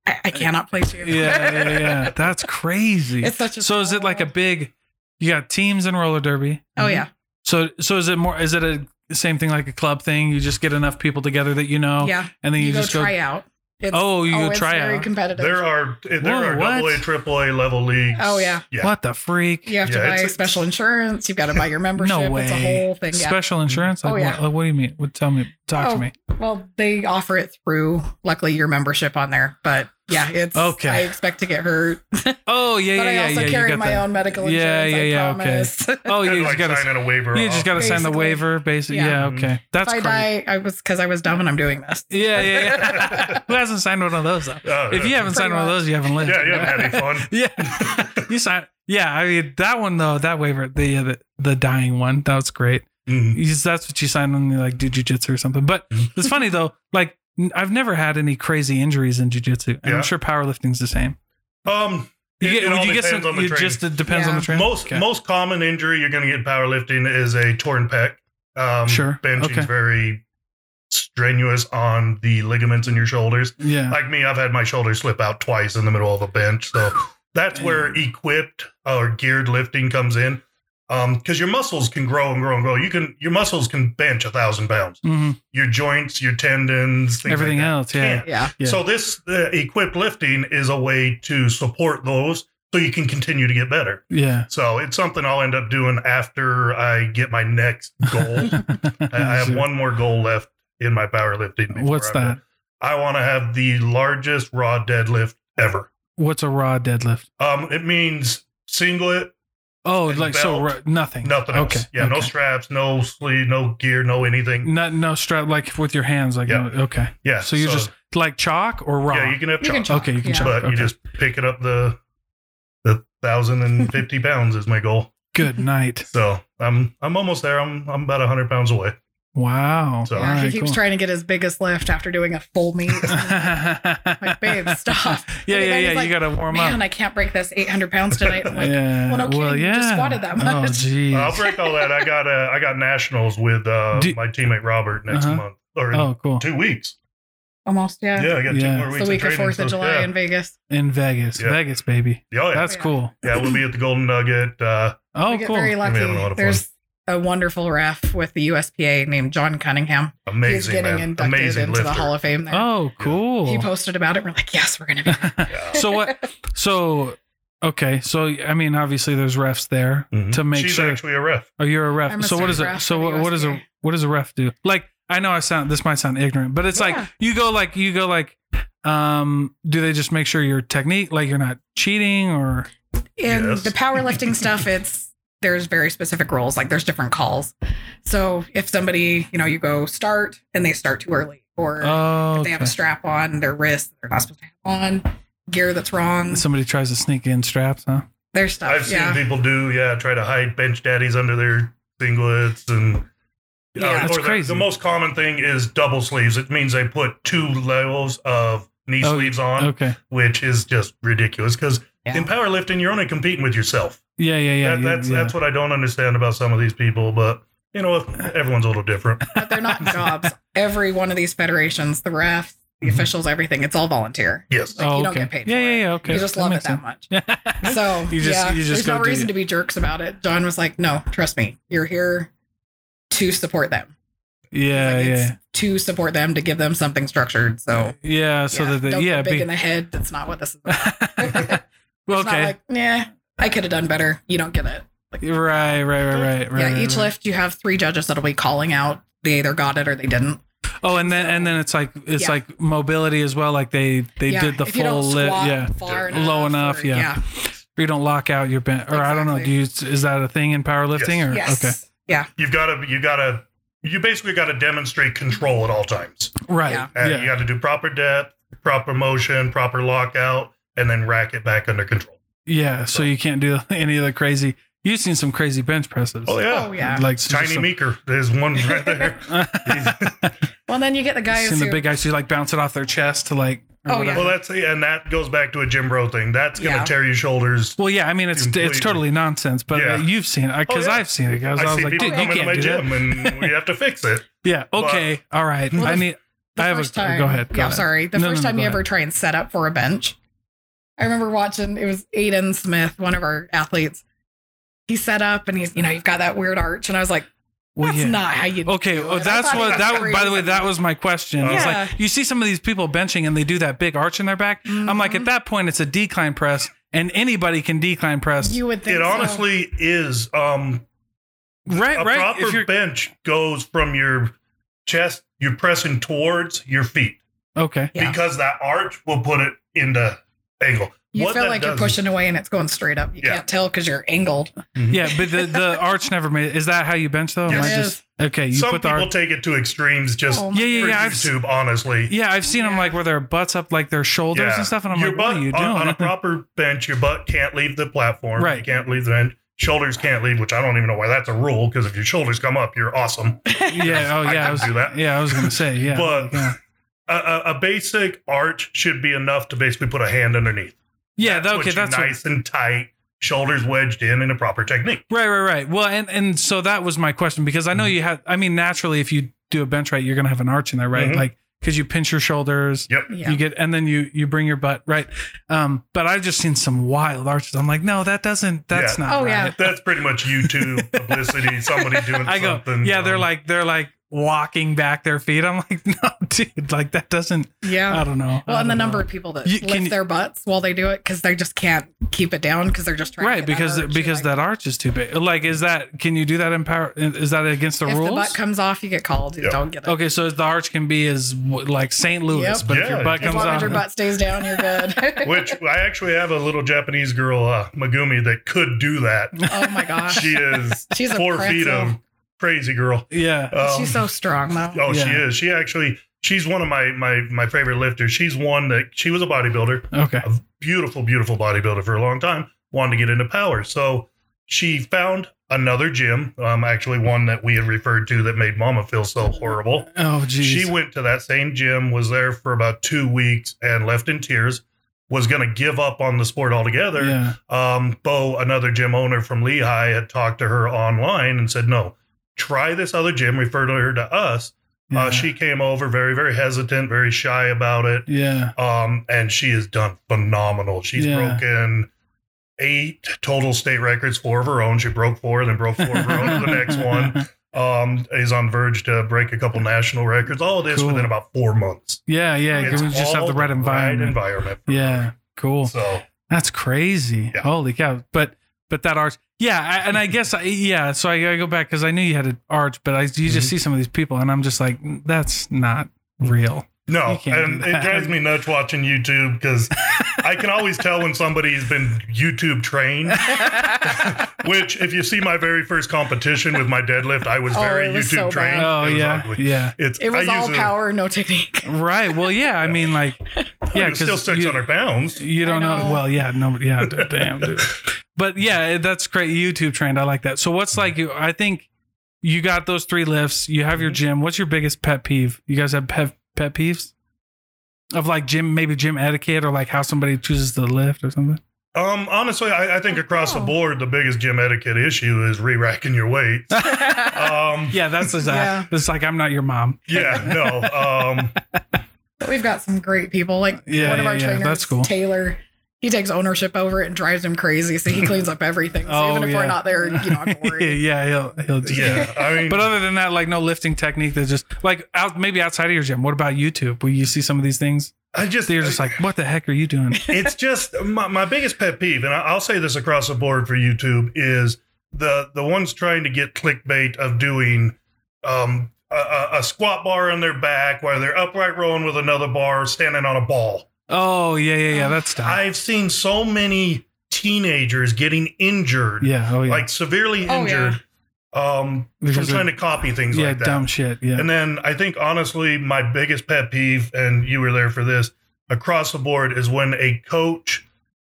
I, I cannot place you. yeah, yeah, yeah. That's crazy. It's such a so is it like a small- big? You got teams in roller derby. Oh yeah. So so is it more? Is it a same thing like a club thing? You just get enough people together that you know, Yeah. and Oh, then You, you, go just go. try out. It's, oh, you go it's try very out. competitive. There are there Whoa, are what? double A, triple A level leagues. Oh, yeah. yeah. What the freak? you have to Yeah, buy it's- special insurance. You've got to buy your membership. No It's a way. whole thing. Yeah. Special insurance? Like, Oh, yeah. what, what do you mean? What, tell me. Talk Oh. to me. Well, they offer it through luckily your membership on there, but Yeah, it's Okay. I expect to get hurt, Oh yeah, yeah, but I yeah, also yeah. carry you got my that. own medical insurance. Yeah, yeah, I yeah, okay. promise. Oh, yeah, Kinda you just like gotta. signing a waiver. You just off. gotta sign the Basically. waiver, basically. Yeah, Yeah. okay. That's if I great. die, I was because I was dumb and I'm doing this. Yeah, yeah. yeah. Who hasn't signed one of those? Though? Oh, If you yeah. haven't signed one of those, you haven't lived. yeah, you haven't had any fun. yeah, you signed. Yeah, I mean that one though. That waiver, the uh, the, the dying one, that was great. Mhm. You just- that's what you sign when you like do jujitsu or something. But Mhm. it's funny though. Like n- I've never had any crazy injuries in jujitsu, and Yeah. I'm sure powerlifting's the same. Um, You It- get, it would all you get depends some? on the It training. just it depends on the Yeah. training. most Okay. most common injury you're going to get in powerlifting is a torn pec. Um, Sure. benching's Okay. very strenuous on the ligaments in your shoulders. yeah. Like me, I've had my shoulder slip out twice in the middle of a bench. So that's where equipped or geared lifting comes in. Um, because your muscles can grow and grow and grow. You can your muscles can bench a thousand pounds. hmm Your joints, your tendons, things Everything like that else. Yeah. can't. Yeah, Yeah. So this uh, equipped lifting is a way to support those, so you can continue to get better. Yeah. So it's something I'll end up doing after I get my next goal. I I have Sure. one more goal left in my powerlifting. before What's I'm that? done. I want to have the largest raw deadlift ever. What's a raw deadlift? Um, it means singlet, Oh, And like so belt. ra- nothing. nothing Okay. else. Yeah, no okay. straps, no sleeve, no gear, no anything. Not no strap like with your hands like Yeah. no- okay. Yeah. So you're just like chalk or raw. yeah, you can have You chalk, can chalk, Okay, you can yeah. chalk. but okay. you just picking up the the thousand and fifty pounds is my goal. Good night. So I'm I'm almost there. I'm I'm about hundred pounds away. Wow. So- All Yeah, he right, keeps cool. trying to get his biggest lift after doing a full meet. Like, babe, stop. Yeah, And yeah, then yeah. he's you like, gotta warm Man, up. I can't break this 800 pounds tonight. I'm like, yeah. well, no kidding, you just squatted that much. Oh, geez. I'll break all that. I got uh, I got nationals with uh, Do- my teammate Robert next Uh-huh. month or in Oh, cool. two weeks. almost, yeah. Yeah, I got Yeah. two more It's weeks. the of week of training, 4th of so, July yeah. in Vegas. In Vegas, Yeah. Vegas, baby. Yeah, oh, yeah. That's Yeah. cool. yeah, we'll be at the Golden Nugget. Uh, Oh, we get cool. very lucky. having a lot of fun. There's a wonderful ref with the USPA named John Cunningham. He's amazing, getting man. inducted amazing into lifter. the Hall of Fame there. Oh, cool. He posted about it. We're like, yes, we're going to be. Yeah. so what? So okay. So I mean, obviously there's refs there Mhm. to make She's sure. actually a ref. Oh, you're a I'm ref. a So what is certified it? ref So for what, the what is a USDA. what does a ref do? Like I know I sound this might sound ignorant, but it's Yeah. like you go like you go like um do they just make sure your technique like you're not cheating or in Yes. the powerlifting stuff it's there's very specific rules like there's different calls so if somebody you know you go start and they start too early or oh if they have a okay. strap on their wrist they're not supposed to have on gear that's wrong somebody tries to sneak in straps, huh? their stuff I've seen Uh, yeah people do, yeah, try to hide bench daddies under their singlets and. Yeah. or That's the- crazy. The, most common thing is double sleeves. It means they put two levels of knee Oh, sleeves on, Okay. which is just ridiculous. Because Yeah. in powerlifting, you're only competing with yourself. Yeah, yeah, yeah. that, yeah, that's yeah. that's what I don't understand about some of these people, but you know, everyone's a little different. but they're not jobs every one of these federations the refs Mhm. the Mm-hmm. officials everything it's all volunteer Yes. like, oh, you don't okay. get paid Yeah, for yeah, it. yeah. Okay. you just love it that much much. so You just- yeah, you just there's no go do reason it. to be jerks about it john was like no trust me you're here to support them yeah, like it's yeah. to support them to give them something structured. So Yeah, so that Oh. don't the, get yeah, big be- in the head. That's not what this is. About. well, It's not okay, like yeah, I could have done better. You don't get it. right, right, right, right, right. yeah, right, each right. lift you have three judges that'll be calling out. They either got it or they didn't. Oh, and then and then it's like it's Yeah. like mobility as well. Like they they yeah, did the if you don't full lift, squat yeah. far enough Low enough, or- yeah. You don't lock out your bent, or I don't know. Do Exactly. you is that a thing in powerlifting? Yes. Or Yes. You've gotta you gotta you basically gotta demonstrate control at all times. okay, right? Yeah. And Yeah, you gotta do proper depth, proper motion, proper lockout, and then rack it back under control. yeah. So you can't do any of the crazy. You've seen some crazy bench presses. Oh yeah. Oh yeah. like so Tiny just some- Meeker. There's one right there. Well, then you get the guys seen who the big guys who like bounce it off their chest to like. or Oh, yeah. whatever. Well that's and that goes back to a Jim Bro thing. That's gonna Yeah. tear your shoulders. Well, yeah, I mean it's it's Completely. totally nonsense, but Yeah. uh, you've seen it because Oh, yeah. I've seen it. Guys, I, I, was see like, people dude, you come into can't my do that. gym and we have to fix it. Yeah, But- okay, all right. Well, I the- need. the I have first a, time. Go ahead. go yeah, I'm ahead. sorry. The No, no, first no, time go you ahead. ever try and set up for a bench. I remember watching it was Aiden Smith, one of our athletes. He set up and he's, you know, you've got that weird arch. And I was like, Well, that's yeah. Oh, not how you Okay, do well, it. I that's thought what it that. was By the way, crazy. that was my question. It's Yeah. like you see some of these people benching and they do that big arch in their back. I'm like, at Mhm. that point, it's a decline press, and anybody can decline press. you would think It so. honestly is um right, a right. If proper you're bench goes from your chest, you're pressing towards your feet. Okay. Yeah. because that arch will put it into angle. You What feel that like you're does- pushing away and it's going straight up. You Yeah. can't tell because you're angled. Yeah, but the, the arch never made it. Is that how you bench though? Am I Yes. just- okay, you Some put the people arch. take it to extremes just Oh, for Yeah, yeah, yeah. I've, s- YouTube, honestly. yeah, I've seen them like where their butts up like their shoulders Yeah. and stuff, and I'm your like, butt Oh, what are you doing? on, on a proper bench, your butt can't leave the platform. Right. You can't leave the bench. Shoulders can't leave, which I don't even know why that's a rule, because if your shoulders come up, you're awesome. yeah, oh I yeah, I could was, do that. yeah, I was gonna say, yeah, But- yeah, A, a, a basic arch should be enough to basically put a hand underneath. yeah that- Put okay, you that's what- nice and tight, shoulders wedged in in a proper technique. Right, right, right. Well, and and so that was my question because I Mm-hmm. know you have. I mean, naturally, if you do a bench right, you're gonna have an arch in there, right? Mhm. Like because you pinch your shoulders, Yep. Yeah. you get, and then you you bring your butt right. Um, but I've just seen some wild arches. I'm like, no, that doesn't. That's not. Oh, right. yeah. That's pretty much YouTube publicity, somebody doing I go. something. yeah, they're um, like they're like walking back their feet. I'm like, no, dude, like that doesn't. Yeah. I don't know. well, I and the don't number know. of people that You- lift can you- their butts while they do it because they just can't keep it down because they're just trying. Right, to get that because urge. because Like, that arch is too big. Like, is that can you do that in power? Is that against the if rules? the butt comes off, you get called. You Yeah. don't get it. Okay, so the arch can be as w- like St. Louis, Yep. but if Yeah, your butt it As comes long off, as your butt stays down, you're good. which I actually have a little Japanese girl, uh, Megumi, that could do that. oh my gosh, She is She's a four feet pretzel. of crazy girl. yeah, Um, she's so strong though. oh, she Yeah. is. She actually, she's one of my my my favorite lifters. She's one that she was a bodybuilder, okay, a beautiful, beautiful bodybuilder for a long time. Wanted to get into power, so she found another gym. Um, actually, one that we had referred to that made Mama feel so horrible. oh geez, She went to that same gym, was there for about two weeks, and left in tears. Was going to give up on the sport altogether. yeah, Um, Bo, another gym owner from Lehigh, had talked to her online and said, "No, try this other gym." Referred her to us. yeah, Uh, she came over very, very hesitant, very shy about it. yeah, Um, and she has done phenomenal. She's Yeah. broken eight total state records, four of her own. She broke four, then broke four of her own for the next one um, is on verge to break a couple national records. All this Cool. within about four months. yeah, yeah. It's we just have all the right environment. environment. Yeah, cool. So That's crazy. Yeah. Holy cow! But but that arch, yeah, I, and I guess I, yeah. So I, I go back because I knew you had an arch, but I you Mm-hmm. just see some of these people, and I'm just like, that's not real. You no, can't and do it that. drives me nuts watching YouTube because I can always tell when somebody's been YouTube trained. Which, if you see my very first competition with my deadlift, I was Oh, very it was YouTube so bad. trained. Oh It was yeah, ugly. yeah. It's It was I all use power, no technique. Right. Well, yeah. I mean, like, A, yeah, it's still because six hundred pounds. You don't know. know. Well, yeah, no, yeah, d- damn, dude. But yeah, that's great. YouTube trend, I like that. So what's like? you- I think you got those three lifts. You have your Mm-hmm. gym. What's your biggest pet peeve? You guys have pet pet peeves of like gym, maybe gym etiquette or like how somebody chooses to lift or something. Um, honestly, I, I think across Oh. the board, the biggest gym etiquette issue is re-racking your weights. Um, Yeah, that's just Yeah. It's like I'm not your mom. yeah, no. Um, But we've got some great people. Like Yeah, one of yeah, our yeah, trainers, that's cool. Taylor. He takes ownership over it and drives him crazy. So he cleans up everything. So Oh, even if yeah. we're not there, you don't have to worry. yeah, he'll he'll just. yeah, I mean, But uh, other than that, like no lifting technique. That's just like out maybe outside of your gym. What about YouTube? Will you see some of these things? I just, They're just like, what the heck are you doing? it's just my, my biggest pet peeve, and I- I'll say this across the board for YouTube is the the ones trying to get clickbait of doing um, a- a, a squat bar on their back while they're upright rowing with another bar standing on a ball. Oh yeah, yeah, yeah. That's dumb. I've seen so many teenagers getting injured, Yeah. Oh yeah. like severely Oh, yeah. injured, um, from Because of- trying to copy things yeah, like that. dumb shit. Yeah. And then I think honestly, my biggest pet peeve, and you were there for this across the board, is when a coach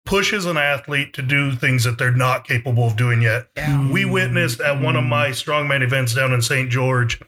pushes an athlete to do things that they're not capable of doing yet. Yeah. We Mm. witnessed at one of my strongman events down in St. George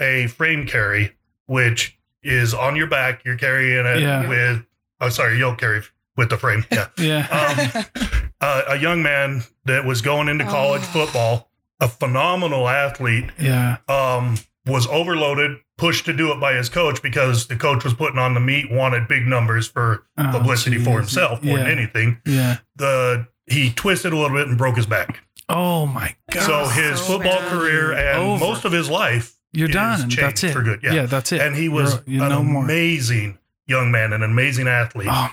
a frame carry, which is on your back. You're carrying it Yeah. with, oh, sorry, you'll carry with the frame. Yeah. Yeah. Um, uh, a young man that was going into college Oh. football, a phenomenal athlete Yeah. um, was overloaded, pushed to do it by his coach because the coach was putting on the meat, wanted big numbers for Oh, publicity geez. for himself more than Yeah. anything. Yeah. The he twisted a little bit and broke his back. Oh my god. so Oh, his so football bad. career and Over. most of his life, You're is done. changed That's it. for good. Yeah. That's it. and he was You're- you're an no more. amazing young man, an amazing athlete, oh,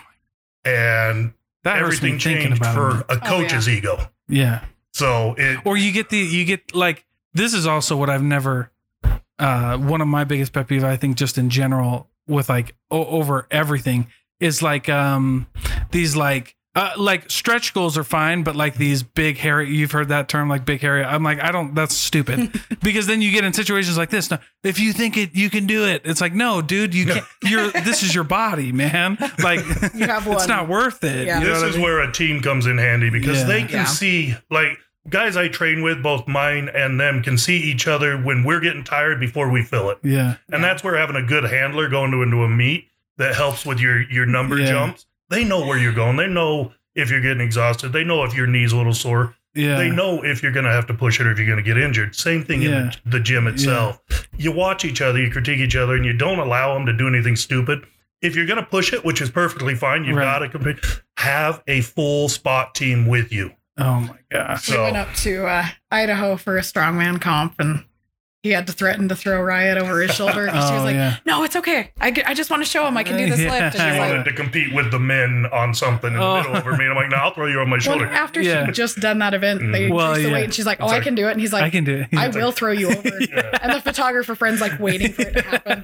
and that hurts me everything thinking changed about for it. a coach's ego. Yeah. So it Or you get the you get like this is also what I've never. Uh, one of my biggest pet peeves, I think, just in general, with like o- over everything is like um these like uh, like stretch goals are fine, but like these big hairy, you've heard that term, like big hairy. I'm like, I don't. That's stupid, because then you get in situations like this. No, if you think it, you can do it. It's like, no, dude, you No. can't. You're this is your body, man. Like, You have one. it's not worth it. Yeah. You know this what I is mean? where a team comes in handy because Yeah. they can Yeah. see like guys I train with, both mine and them, can see each other when we're getting tired before we feel it, yeah, and that's where having a good handler going to into a meet that helps with your your number Yeah. jumps. They know where you're going. They know if you're getting exhausted. They know if your knee's a little sore. yeah. They know if you're going to have to push it or if you're going to get injured. Same thing Yeah. in the, the gym itself. You watch each other, you critique each other, and you don't allow them to do anything stupid. If you're going to push it, which is perfectly fine, you've Right. got to compete. Have a full spot team with you. Oh my gosh. we So- went up to uh, Idaho for a strongman comp, and he had to threaten to throw Riot over his shoulder. And she was Oh like, yeah. "No, it's okay. I, g- I just want to show him I can do this Yeah. lift." They And she's Yeah. wanted like, to compete with the men on something in Oh. the middle over me. And I'm like, no, I'll throw you on my well, shoulder. after Yeah. she just done that event, they Well, increased the yeah. weight, and she's like, "Oh, It's I like- can do it." And he's I like, can do it. "I will throw you over." Yeah. And the photographer friend's like waiting for it to happen.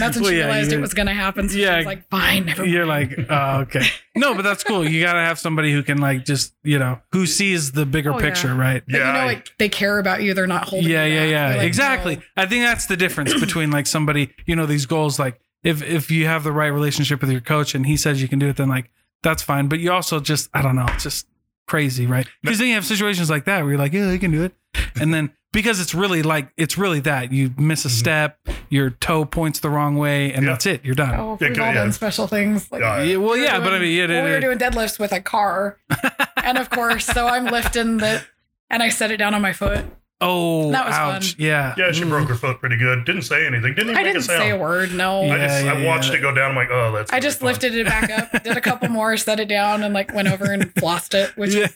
That's when Well, she yeah, realized you- it was going to happen. So Yeah. she was like, "Fine, never You're like, oh, okay. No, but that's cool. You gotta have somebody who can like just, you know, who sees the bigger Oh, yeah. picture, right? But Yeah, you know, I- like they care about you. They're not holding. yeah you yeah back. yeah They're like, exactly "No." i think that's the difference between like somebody you know these goals like if if you have the right relationship with your coach and he says you can do it then like that's fine but you also just i don't know it's just crazy right because then you have situations like that where you're like yeah i can do it and then because it's really like it's really that you miss a Mm-hmm. step your toe points the wrong way and Yeah. that's it you're done Oh, Yeah, we've go- all yeah. done special things. Like, Yeah. Yeah, well we were yeah but i doing- mean yeah, well, we were yeah, doing deadlifts with a car, and of course, so I'm lifting the, and I set it down on my foot. oh That was ouch fun. yeah Mm. yeah, she broke her foot pretty good. Didn't say anything. Didn't even I make didn't a say a sound. word. No, Yeah. I just I watched yeah. it go down. I'm like, oh, that's. I gonna be just fun. lifted it back up, did a couple more, set it down, and like went over and flossed it. Which yeah,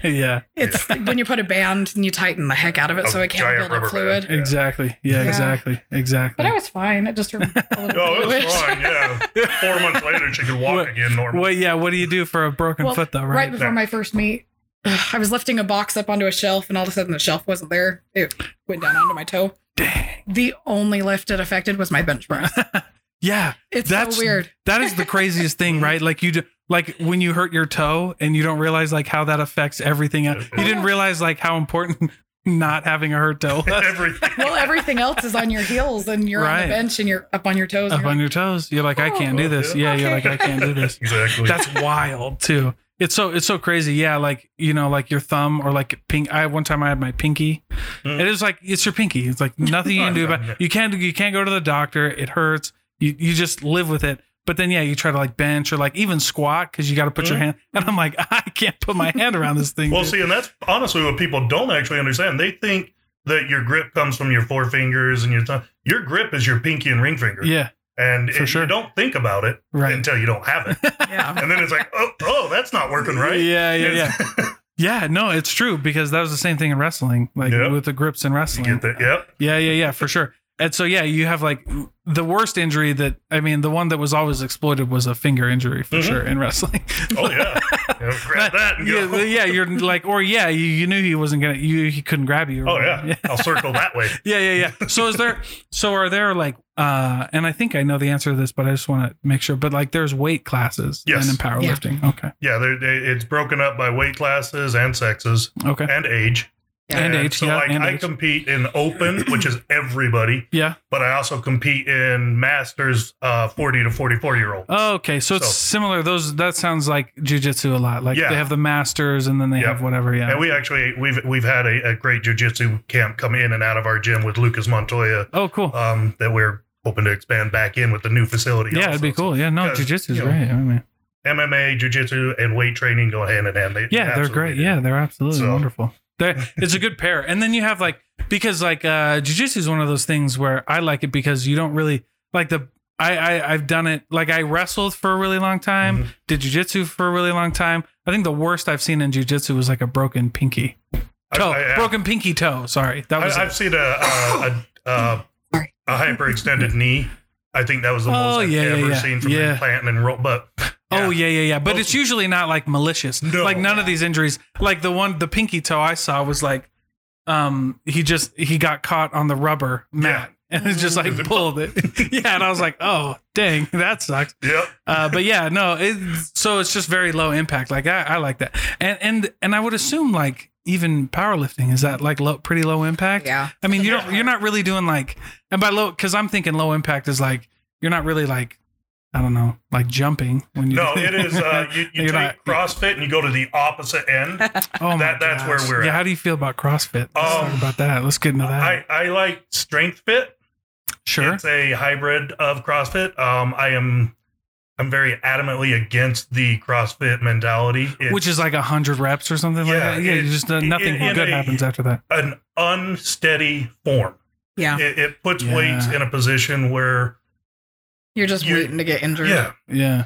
yeah it's when you put a band and you tighten the heck out of it A so it can't giant build rubber up fluid. band. Yeah. exactly yeah, Yeah. exactly exactly But I was fine. It just removed a little Oh, it bit. was fine. Yeah. Four months later, she could walk What- again normal. well yeah what do you do for a broken Well, foot though right right before my first meet, ugh, I was lifting a box up onto a shelf, and all of a sudden the shelf wasn't there. It went down onto my toe. Dang. The only lift it affected was my bench press. yeah It's That's- so weird. That is the craziest thing, right? Like you, do, like when you hurt your toe and you don't realize like how that affects everything. Else. You didn't realize like how important not having a hurt toe was Everything. Well, everything else is on your heels, and you're on Right. the bench, and you're up on your toes. up and on you're your toes. You're like, I can't do this. Oh, Yeah, you're like, I can't do this. Exactly. That's wild too. It's so it's so crazy. Yeah, like you know, like your thumb or like pink. I one time I had my pinky. Mm. It is like it's your pinky. It's like nothing you can do about. You can't you can't go to the doctor. It hurts. You you just live with it. But then yeah, you try to like bench or like even squat because you got to put your Mm. hand. And I'm like, I can't put my hand around this thing. Well, dude. see, and that's honestly what people don't actually understand. They think that your grip comes from your forefingers and your thumb. Your grip is your pinky and ring finger. yeah, and for if sure. you don't think about it right. until you don't have it. yeah. and then it's like, oh, oh, that's not working right. Yeah, yeah, yeah, yeah. No, it's true because that was the same thing in wrestling, like Yep. with the grips in You wrestling. get that? Yep. Yeah, yeah, yeah, for sure. And so yeah, you have like the worst injury that I mean, the one that was always exploited was a finger injury for Mhm. sure in wrestling. Oh, yeah. Yeah, grab that and yeah, go. yeah, you're like, or yeah, you, you knew he wasn't gonna, you he couldn't grab you. or Oh, whatever. yeah. I'll circle that way. yeah, yeah, yeah, yeah. So is there? so are there like? uh And I think I know the answer to this, but I just want to make sure. But like, there's weight classes Yes. and in powerlifting. Okay, Yeah, they're, they, it's broken up by weight classes and sexes okay, and age. Yeah. And age, So, yeah, like, and I age. compete in open, which is everybody, yeah, but I also compete in masters uh, 40 to 44 year old. oh, okay. So it's So- similar. Those that sounds like jujitsu a lot. Like Yeah. they have the masters, and then they Yeah. have whatever. Yeah. And we actually we've we've had a, a great jujitsu camp come in and out of our gym with Lucas Montoya, oh, cool. um, that we're hoping to expand back in with the new facility. Yeah, also. it'd be cool. Yeah, no, 'cause, jujitsu is you know, great. I mean, So MMA, jujitsu, and weight training go hand in hand. They yeah, they're absolutely great. do. Yeah, they're absolutely So- wonderful. They're, it's a good pair. And then you have like because like uh jujitsu is one of those things where I like it because you don't really like the I, I I've done it like I wrestled for a really long time, Mhm. did jujitsu for a really long time. I think the worst I've seen in jujitsu was like a broken pinky I- toe, I- I- Oh, broken pinky toe. Sorry, that was I, it. I've seen a a, a, a, Sorry. a hyperextended knee. I think that was the Oh, most I've yeah, yeah, ever yeah. seen from Yeah. implanting and roll. But Oh yeah, yeah, yeah. But Those- it's usually not like malicious. No. Like none of these injuries. Like the one, the pinky toe I saw was like, um, he just he got caught on the rubber mat, and it's just like pulled it. yeah, and I was like, oh dang, that sucks. Yep. Uh, but yeah, no, it's, so it's just very low impact. Like I, I like that, and and and I would assume like even powerlifting is that like low, pretty low impact. Yeah. I mean, you don't, you're not really doing like, and by low, because I'm thinking low impact is like you're not really like, I don't know, like jumping when you. No, it is. Uh, you you You're take not- CrossFit and you go to the opposite end. oh my that- that's where gosh. we're Yeah, at. how do you feel about CrossFit? Let's Um, talk about that. Let's get into that. I, I like Strength Fit. sure. It's a hybrid of CrossFit. Um, I am I'm very adamantly against the CrossFit mentality. It's Which is like a hundred reps or something like Yeah, that. Yeah, it- you just uh, nothing it- it- good it- happens after that. an unsteady form. Yeah. It, it puts Yeah. weights in a position where You're just You- waiting to get injured. yeah, Yeah,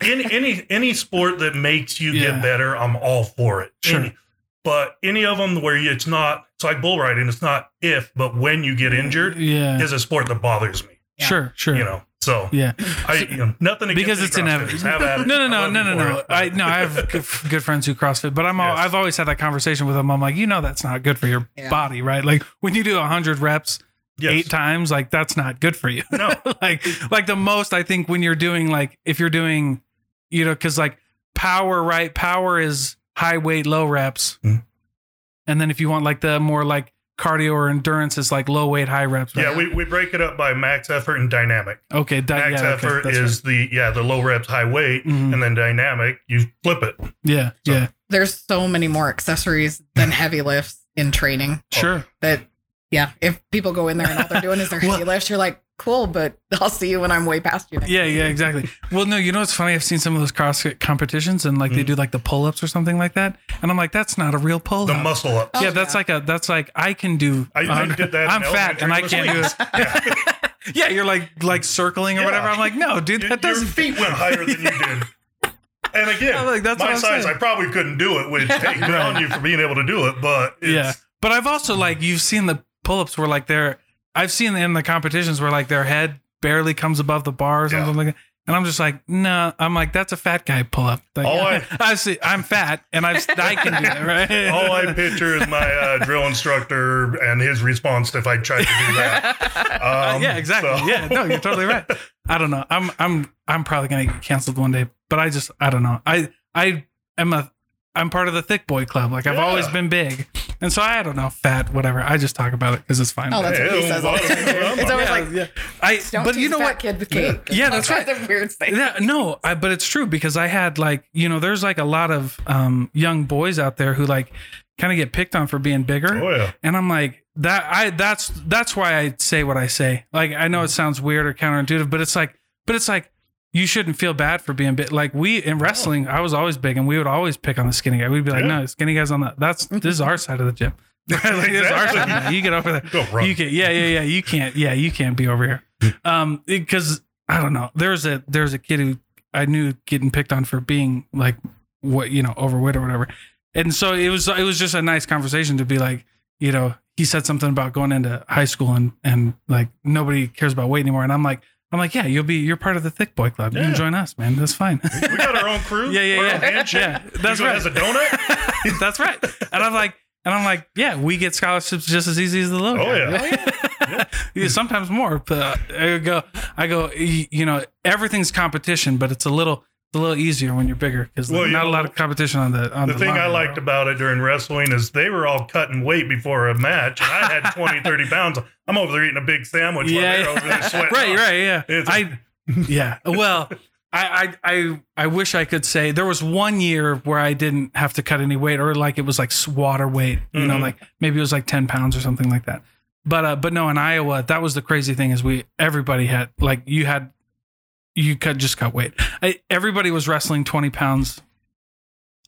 any any any sport that makes you Yeah. get better, I'm all for it. Sure. Any- but any of them where you, it's not, it's like bull riding. It's not if, but when you get injured yeah, is a sport that bothers me. Yeah. sure, sure. You know, so Yeah. I you know, nothing against Because the it's inevitable. CrossFitters. Have at No, it. no, I love no, no, you no, for no. it, but- I no, I have good, good friends who CrossFit, but I'm all, Yes. I've always had that conversation with them. I'm like, you know, that's not good for your Yeah. body, right? Like when you do hundred reps Yes. eight times, like that's not good for you. No. like like the most I think when you're doing like if you're doing, you know, because like power, right? Power is high weight, low reps, Mhm. and then if you want like the more like cardio or endurance, it's like low weight, high reps. Right? Yeah, we, we break it up by max effort and dynamic. Okay, di- Max Uh, yeah, okay, effort that's right. is the yeah, the low reps, high weight, Mhm. and then dynamic, you flip it. yeah, So- yeah, There's so many more accessories than heavy lifts in training oh. sure. that, yeah, if people go in there and all they're doing is their heavy lifts, you're like, cool, but I'll see you when I'm way past you. next Yeah, week. yeah, exactly. Well, no, you know what's funny? I've seen some of those CrossFit competitions, and like they Mhm. do like the pull-ups or something like that, and I'm like, that's not a real pull-up. The muscle up. Oh, yeah, that's yeah. like a that's like I can do. I, I um, did that. in I'm fat and I elementary can't do it. this week. Yeah. Yeah, you're like like circling or Yeah. whatever. I'm like, no, dude, Your- that your doesn't. feet went higher than you did. And I'm again, like, that's what my I'm size, saying. I probably couldn't do it, which hey, good on you for being able to do it. But it's, yeah, but I've also like you've seen the pull-ups where like they're I've seen in the competitions where like their head barely comes above the bar or Yeah. something like that. And I'm just like, no. I'm like, that's a fat guy pull up. Like, All I, Oh, I- see. I'm fat, and I, I can do that, right? all Oh, I picture is my uh, drill instructor and his response if I tried to do that. Um, Uh, yeah, exactly. so- Yeah, no, you're totally right. I don't know. I'm I'm I'm probably gonna get canceled one day, but I just I don't know. I I am a I'm part of the thick boy club. Like I've Yeah. always been big, and so I don't know fat whatever. I just talk about it because it's fine. Oh, that's what he Yeah, says all the well, time. well, It's always yeah, like, yeah. I don't but you know fat what? kid with cake. Yeah, that's right. That's a weird thing. Yeah, no, I, but it's true because I had like you know there's like a lot of um, young boys out there who like kind of get picked on for being bigger. Oh, yeah. And I'm like, that I that's that's why I say what I say. Like I know it sounds weird or counterintuitive, but it's like but it's like you shouldn't feel bad for being big. Like we in wrestling, I was always big and we would always pick on the skinny guy. We'd be like, Yeah. no, skinny guy's on the that's this is our side of the gym. like this is our side. of the gym. You get over there. Go run. You can yeah, yeah, yeah. You can't yeah, you can't be over here. Um because I don't know. There's a there's a kid who I knew getting picked on for being like what you know, overweight or whatever. And so it was it was just a nice conversation to be like, you know, he said something about going into high school and and like nobody cares about weight anymore. And I'm like, I'm like, yeah, you'll be you're part of the thick boy club. You Yeah. can join us, man. That's fine. we got our own crew. yeah, yeah, We're on yeah. handshake. yeah. That's You go, right. "Has a donut? that's right. And I'm like, and I'm like, yeah, we get scholarships just as easy as the low. Oh, guy. yeah. Yeah. Sometimes more. But uh, I go, I go, y- you know, everything's competition, but it's a little, it's a little easier when you're bigger because Well, you not a know, lot of competition on the on the, the thing line. I liked about it during wrestling is they were all cutting weight before a match, and I had 20, 30 pounds. I'm over there eating a big sandwich Yeah, while they're yeah. over there sweating. right, right, yeah. It's- I, yeah. Well, I, I, I, I wish I could say there was one year where I didn't have to cut any weight, or like it was like s- water weight, you know, Mhm. like maybe it was like ten pounds or something like that. But, uh, but no, in Iowa, that was the crazy thing is we everybody had like you had, you cut just cut weight. I, everybody was wrestling twenty pounds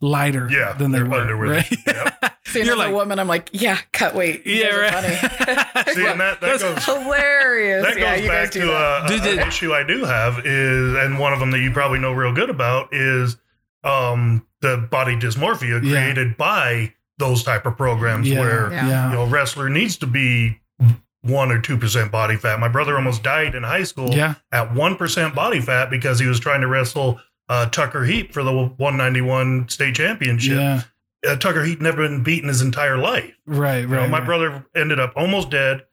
lighter Yeah, than they were. everybody were. right? Yep. Soon You're as like- a woman, I'm like, yeah, cut weight. You Yeah, guys are funny. right. See, and that, that goes Hilarious. that goes yeah, you back guys do to that. uh, Dude, a- an did- issue I do have is, and one of them that you probably know real good about is um, the body dysmorphia Yeah. created by those type of programs yeah, where yeah. you know a wrestler needs to be one or two percent body fat. My brother almost died in high school Yeah. at one percent body fat because he was trying to wrestle uh, Tucker Heat for the 191 state championship. yeah. Uh, Tucker Heat never been beaten his entire life. Right, right. You know, my right. brother ended up almost dead.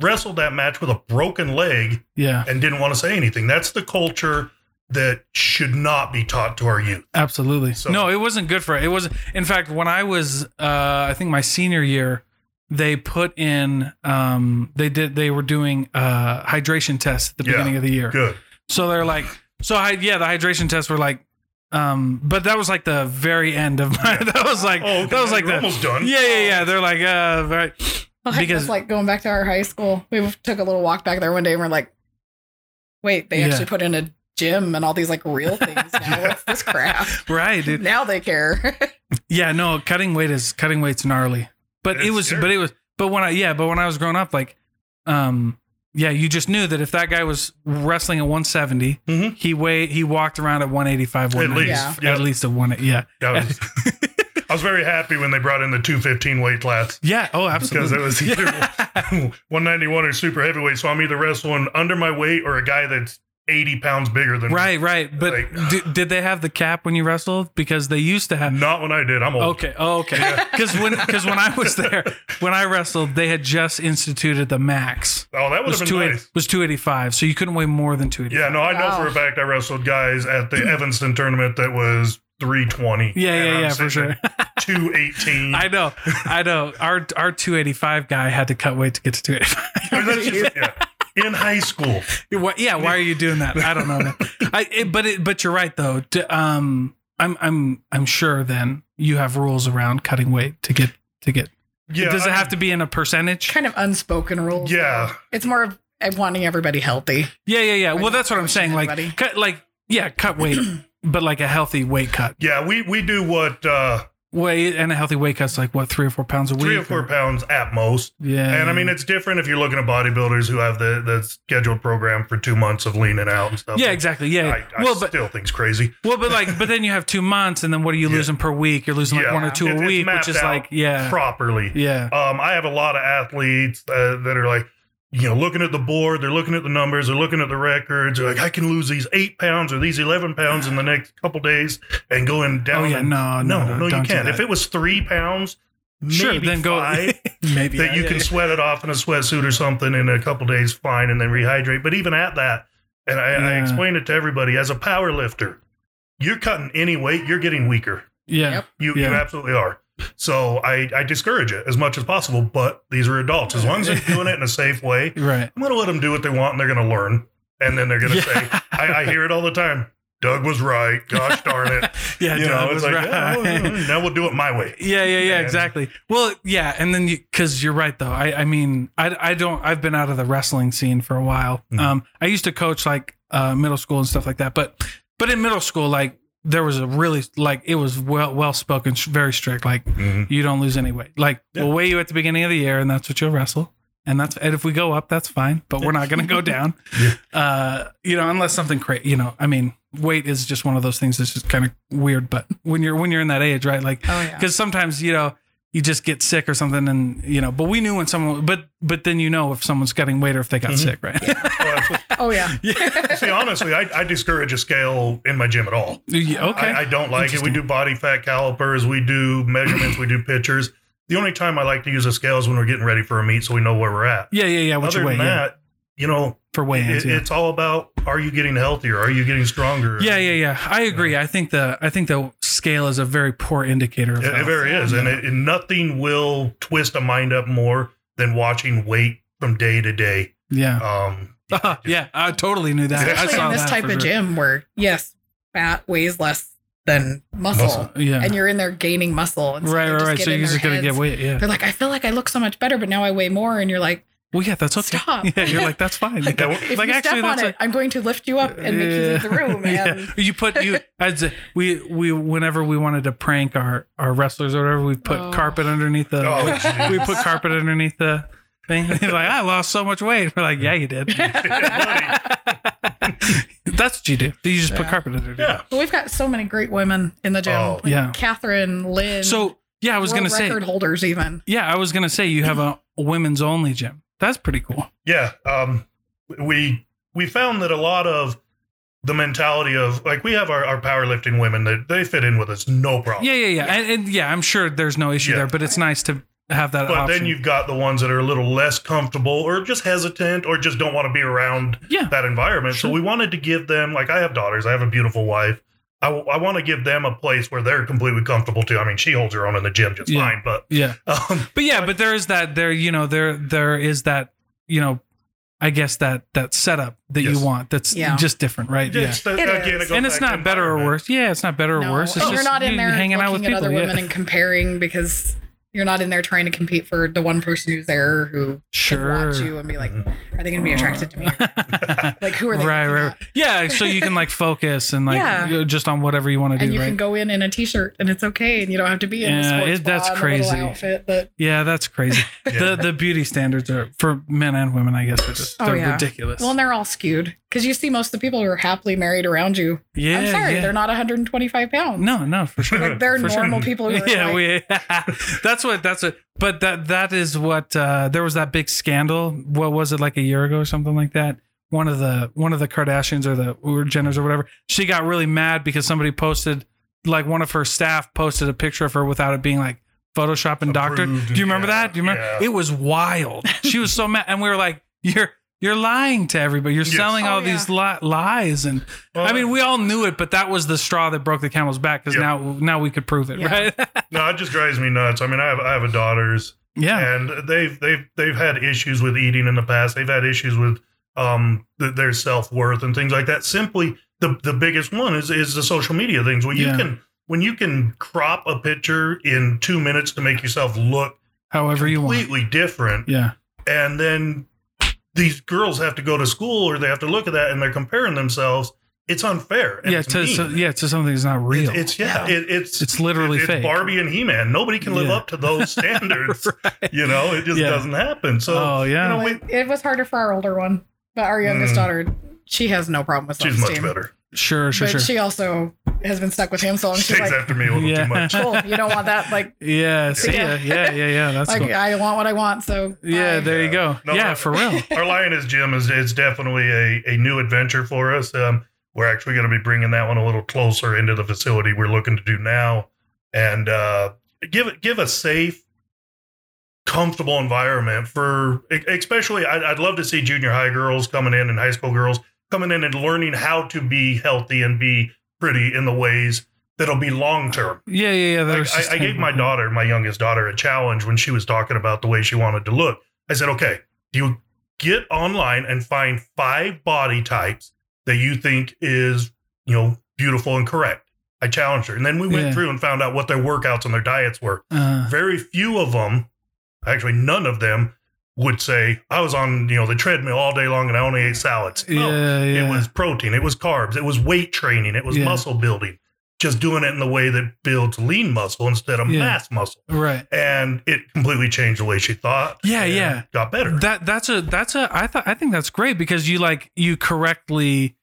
wrestled that match with a broken leg Yeah, and didn't want to say anything. That's the culture that should not be taught to our youth. absolutely. So- no, it wasn't good for it. It was, in fact, when I was, uh, I think my senior year, they put in, um, they did, they were doing uh, hydration tests at the Yeah. beginning of the year. Good. So they're like, so I yeah, the hydration tests were like, um, but that was like the very end of my. That was like Oh, okay, that was like you're the almost done. yeah yeah yeah. They're like uh right. Well, heck, Because- that's like going back to our high school. We took a little walk back there one day and we're like, wait, they Yeah. actually put in a gym and all these like real things now. What's this crap? right dude Now they care. yeah no cutting weight is cutting weight's gnarly but it It's was scary. but it was but when I yeah but when I was growing up like um yeah you just knew that if that guy was wrestling at 170 Mhm. he weighed he walked around at 185 At least. Yeah. Yeah. at least at one yeah That was- I was very happy when they brought in the 215 weight class yeah oh because absolutely it was either 191 or super heavyweight. So I'm either wrestling under my weight or a guy that's 80 pounds bigger than me. right right but Like- d- did they have the cap when you wrestled because they used to have Not when I did. I'm old. Okay. Oh, okay. Because when because when I was there, when I wrestled, they had just instituted the max. Oh, that It would was have two been eight nice. was two eighty five, so you couldn't weigh more than two eighty. Yeah, no, I know Wow. for a fact I wrestled guys at the Evanston tournament that was 320. Yeah, And yeah, I'm yeah, for sitting sure. at 218. I know, I know. Our our two eighty five guy had to cut weight to get to two eighty five. And that's just- yeah. In high school. yeah, why are you doing that? I don't know. Man. I it, but it, but you're right though. D- um, I'm I'm I'm sure then you have rules around cutting weight to get to get. Yeah. Does it have to be in a percentage? kind of unspoken rules. Yeah. It's more of wanting everybody healthy. Yeah, yeah, yeah. Well, not that's what I'm saying. pushing Like, anybody. cut, like, yeah, cut weight, but like a healthy weight cut. Yeah, we, we do what, uh, Weight and a healthy weight cut's like what three or four pounds a week. three or four pounds at most. Yeah, And I mean, it's different if you're looking at bodybuilders who have the, the scheduled program for two months of leaning out and stuff. yeah, exactly. Yeah. I, I well, but still think's crazy. well, but like, but then you have two months, and then what are you Yeah. losing per week? You're losing like Yeah. one or two It- a it's week, which mapped is out like, yeah, Properly. yeah, Um, I have a lot of athletes uh, that are like, you know, looking at the board, they're looking at the numbers, they're looking at the records. They're like, I can lose these eight pounds or these 11 pounds in the next couple days and go in down. Oh yeah, and- no, no, no, no, no, don't you do can't. that. If it was three pounds, sure, maybe then go five, maybe that yeah, you yeah, can yeah. sweat it off in a sweatsuit or something in a couple days, fine, and then rehydrate. But even at that, and I, I Yeah. explain it to everybody as a power lifter, you're cutting any weight, you're getting weaker. Yeah, Yep. You, you Yeah. absolutely are. So I, I discourage it as much as possible, but these are adults. As long as they're doing it in a safe way, right. I'm going to let them do what they want and they're going to learn. And then they're going to say, yeah. I, I hear it all the time. Doug was right. Gosh darn it. yeah, You know, Doug it's was like, oh, right. "Yeah, well, now we'll do it my way. Yeah, yeah, yeah, And- exactly. Well, yeah, and then you because you're right though. I, I mean, I, I don't. I've been out of the wrestling scene for a while. Mhm. Um, I used to coach like uh, middle school and stuff like that, but but in middle school, like there was a really like it was well well spoken, sh- very strict. Like Mhm. you don't lose any weight. Like Yeah. we'll weigh you at the beginning of the year, and that's what you'll wrestle. And that's and if we go up, that's fine. But we're not going to go down. Yeah. Uh, you know, unless something crazy. You know, I mean, weight is just one of those things that's just kind of weird. But when you're when you're in that age, right? Like Oh, yeah. because sometimes you know you just get sick or something and you know but we knew when someone but but then you know if someone's getting weight or if they got Mhm. sick right Well, that's what- Oh, yeah. See, honestly, I, I discourage a scale in my gym at all. Yeah, okay I, I don't like it. We Interesting. do body fat calipers, we do measurements, we do pictures. The only time I like to use a scale is when we're getting ready for a meet, so we know where we're at. yeah yeah yeah what Other you weigh than yeah, that, you know, for weigh-ins it, yeah. it's all about are you getting healthier? Are you getting stronger? yeah yeah yeah i agree i think the i think the scale is a very poor indicator of It, it health. very is, and, Yeah. it, and nothing will twist a mind up more than watching weight from day to day. yeah Um, yeah i totally knew that i Especially saw in this that type for of sure. gym where, yes, fat weighs less than muscle. Muscle. yeah And you're in there gaining muscle. And so right they right just right get so in you're their just gonna get heads. weight yeah They're like, I feel like I look so much better, but now I weigh more. And you're like, well yeah that's okay Stop. yeah you're like that's fine Like, Like, if Like, you actually, step on that's it, like- I'm going to lift you up and make you leave the room. Yeah. And You put you as a- we we whenever we wanted to prank our our wrestlers or whatever, we put Oh. carpet underneath the Oh, jeez. we put carpet underneath the thing. He's like, I lost so much weight. We're like, yeah, you did. That's what you do. You just put Yeah. carpet underneath. yeah. But we've got so many great women in the gym. Oh. Like Yeah. Catherine, Lynn. So yeah, I was gonna world say. record holders even. Yeah, I was gonna say you have a women's only gym. That's pretty cool. yeah um we we found that a lot of the mentality of like we have our, our powerlifting women that they fit in with us no problem Yeah, yeah, yeah, And, and yeah. I'm sure there's no issue Yeah. there, but it's nice to have that But option. then you've got the ones that are a little less comfortable or just hesitant or just don't want to be around yeah. that environment. Sure. So we wanted to give them, like, I have daughters, I have a beautiful wife. I, want to give them a place where they're completely comfortable too. I mean, she holds her own in the gym just Yeah. fine, but Yeah. um, But yeah, but there is that there, you know, there there is that, you know, I guess that that setup that Yes. you want that's Yeah. just different, right? Yeah. it's the- It again, is. it goes And it's back to not better or environment. worse. Yeah, it's not better or No, worse. It's just and you're not in you there hanging out with looking people. at other yeah. women and comparing because you're not in there trying to compete for the one person who's there who sure. can watch you and be like, are they going to be attracted to me? Like, who are they? right, looking right. at? Yeah, so you can like focus and like Yeah. you know, just on whatever you want to And do, you right? can go in in a t-shirt and it's okay, and you don't have to be in. Yeah, a sports it- that's bra and a little crazy. Outfit that yeah, that's crazy. Yeah. The the beauty standards are for men and women, I guess, are just Oh, they're yeah. ridiculous. well, and they're all skewed because you see most of the people who are happily married around you. yeah, I'm sorry, yeah. they're not 125 pounds. No, no, for sure. like they're For sure. normal people who are yeah, like, we. that's what. That's what. But that that is what. Uh, there was that big scandal. What was it like a year ago or something like that? One of the one of the Kardashians or the or Jenners or whatever. She got really mad because somebody posted, like one of her staff posted a picture of her without it being like Photoshop and doctor. Do Approved, you remember yeah, that? Do you remember? yeah. It was wild. She was so mad, and we were like, "You're." You're lying to everybody. You're Yes. selling Oh, all these li- lies, and I mean, we all knew it, but that was the straw that broke the camel's back because Yeah. now now we could prove it, Yeah. right? no, it just drives me nuts. I mean, I have I have a daughters, yeah. and they've they've they've had issues with eating in the past. They've had issues with um th- their self worth and things like that. Simply, the the biggest one is is the social media things when Yeah. you can when you can crop a picture in two minutes to make yourself look However you want. completely different, Yeah. and then these girls have to go to school or they have to look at that and they're comparing themselves. It's unfair. and Yeah. it's To mean. so, yeah to something that's not real. It's, it's yeah, It, it's It's literally it's fake. Barbie and He Man. Nobody can live Yeah. up to those standards. You know, it just Yeah. doesn't happen. So oh yeah. you know, we, It- it was harder for our older one, but our youngest Mm. daughter, she has no problem with she's self-esteem. much better. sure. Sure. but Sure. she also has been stuck with him so long. She She's takes like, after me a little Yeah. too much. cool, you don't want that. Like, yeah. See Yeah. ya. Yeah. Yeah. Yeah. That's like cool. I want what I want. So Yeah. bye. There you go. No, yeah. no. For real. Our Lioness Gym is is definitely a, a new adventure for us. Um, we're actually going to be bringing that one a little closer into the facility we're looking to do now, and uh, give it give a safe, comfortable environment for e, especially. I'd, I'd love to see junior high girls coming in and high school girls coming in and learning how to be healthy and be pretty in the ways that'll be long term. Yeah. Yeah. Yeah. That Like, was I, I gave my sustainable. daughter, my youngest daughter, a challenge when she was talking about the way she wanted to look. I said, okay, you get online and find five body types that you think is, you know, beautiful and correct. I challenged her. And then we went Yeah. through and found out what their workouts and their diets were. Uh, Very few of them, actually none of them, would say, I was on, you know, the treadmill all day long and I only ate salads. No, yeah. Yeah. it was protein, it was carbs, it was weight training, it was Yeah. muscle building. Just doing it in the way that builds lean muscle instead of Yeah. mass muscle. right. And it completely changed the way she thought. Yeah, and yeah. Got better. That that's a that's a I thought I think that's great because you like you correctly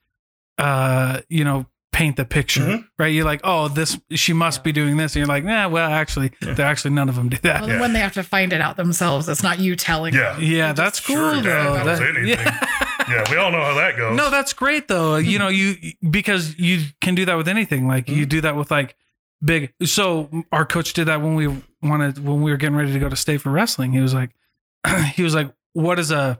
uh you know paint the picture. Mhm. Right? You're like, "Oh, this she must be doing this." And you're like, "Nah, well, actually, Yeah. there actually none of them do that." Well, then Yeah. when they have to find it out themselves, it's not you telling. Yeah. them. yeah, They that's just cool sure though. that was That- anything. yeah. yeah, we all know how that goes. No, that's great though. You know, you because you can do that with anything. Like you Mm-hmm. do that with like big. So our coach did that when we wanted when we were getting ready to go to state for wrestling. He was like, he was like, what is a?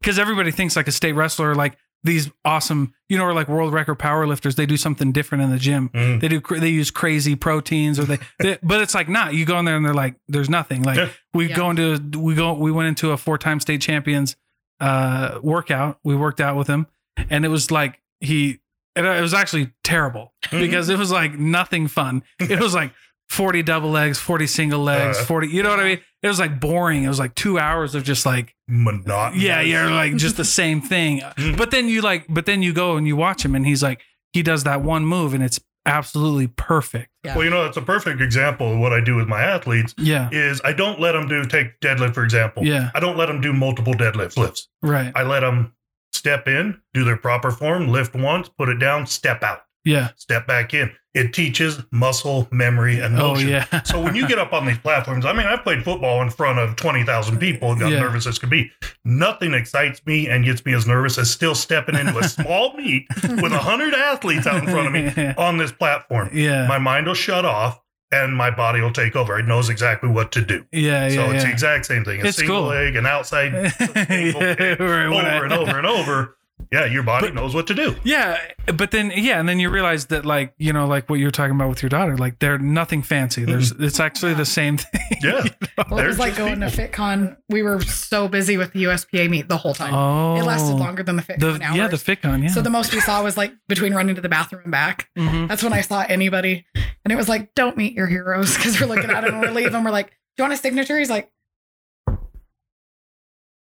Because everybody thinks like a state wrestler, like these awesome, you know, or like world record power lifters. They do something different in the gym. Mm. They do cr- they use crazy proteins or they, they but it's like not. You go in there and they're like, there's nothing. Like Yeah. we Yeah. go into we go we went into a four time state champions uh workout. We worked out with him and it was like he and it was actually terrible Mm-hmm. because it was like nothing fun. It was like 40 double legs, 40 single legs, Uh. 40 you know what I mean? It was like boring. It was like 2 hours of just like Monotonous. yeah, you're like just the same thing. Mm. But then you like, but then you go and you watch him, and he's like, he does that one move, and it's absolutely perfect. Well, you know, that's a perfect example of what I do with my athletes Yeah, is I don't let them do take deadlift, for example. Yeah. I don't let them do multiple deadlift lifts. right. I let them step in, do their proper form, lift once, put it down, step out. Yeah. step back in. It teaches muscle memory and Oh motion. yeah. So when you get up on these platforms, I mean, I played football in front of twenty thousand people and got Yeah. nervous as could be. Nothing excites me and gets me as nervous as still stepping into a small meet with a hundred athletes out in front of me on this platform. yeah. My mind will shut off, and my body will take over. It knows exactly what to do. Yeah, yeah, so it's yeah. the exact same thing. A It's single cool. leg, an outside Yeah, right, when I- over and over and over. Yeah, your body knows what to do. Yeah, but then yeah, and then you realize that like you know like what you're talking about with your daughter, like they're nothing Mm-hmm. fancy. There's it's actually the same thing. Yeah. Well, it They're was like just going people. to FitCon. We were so busy with the USPA meet the whole time. Oh, It lasted longer than the FitCon The hours. yeah, the FitCon. Yeah. So the most we saw was like between running to the bathroom and back. Mm-hmm. Mhm. That's when I saw anybody. And it was like, don't meet your heroes because we're looking at him and we're leaving. We're like, do you want a signature? He's like,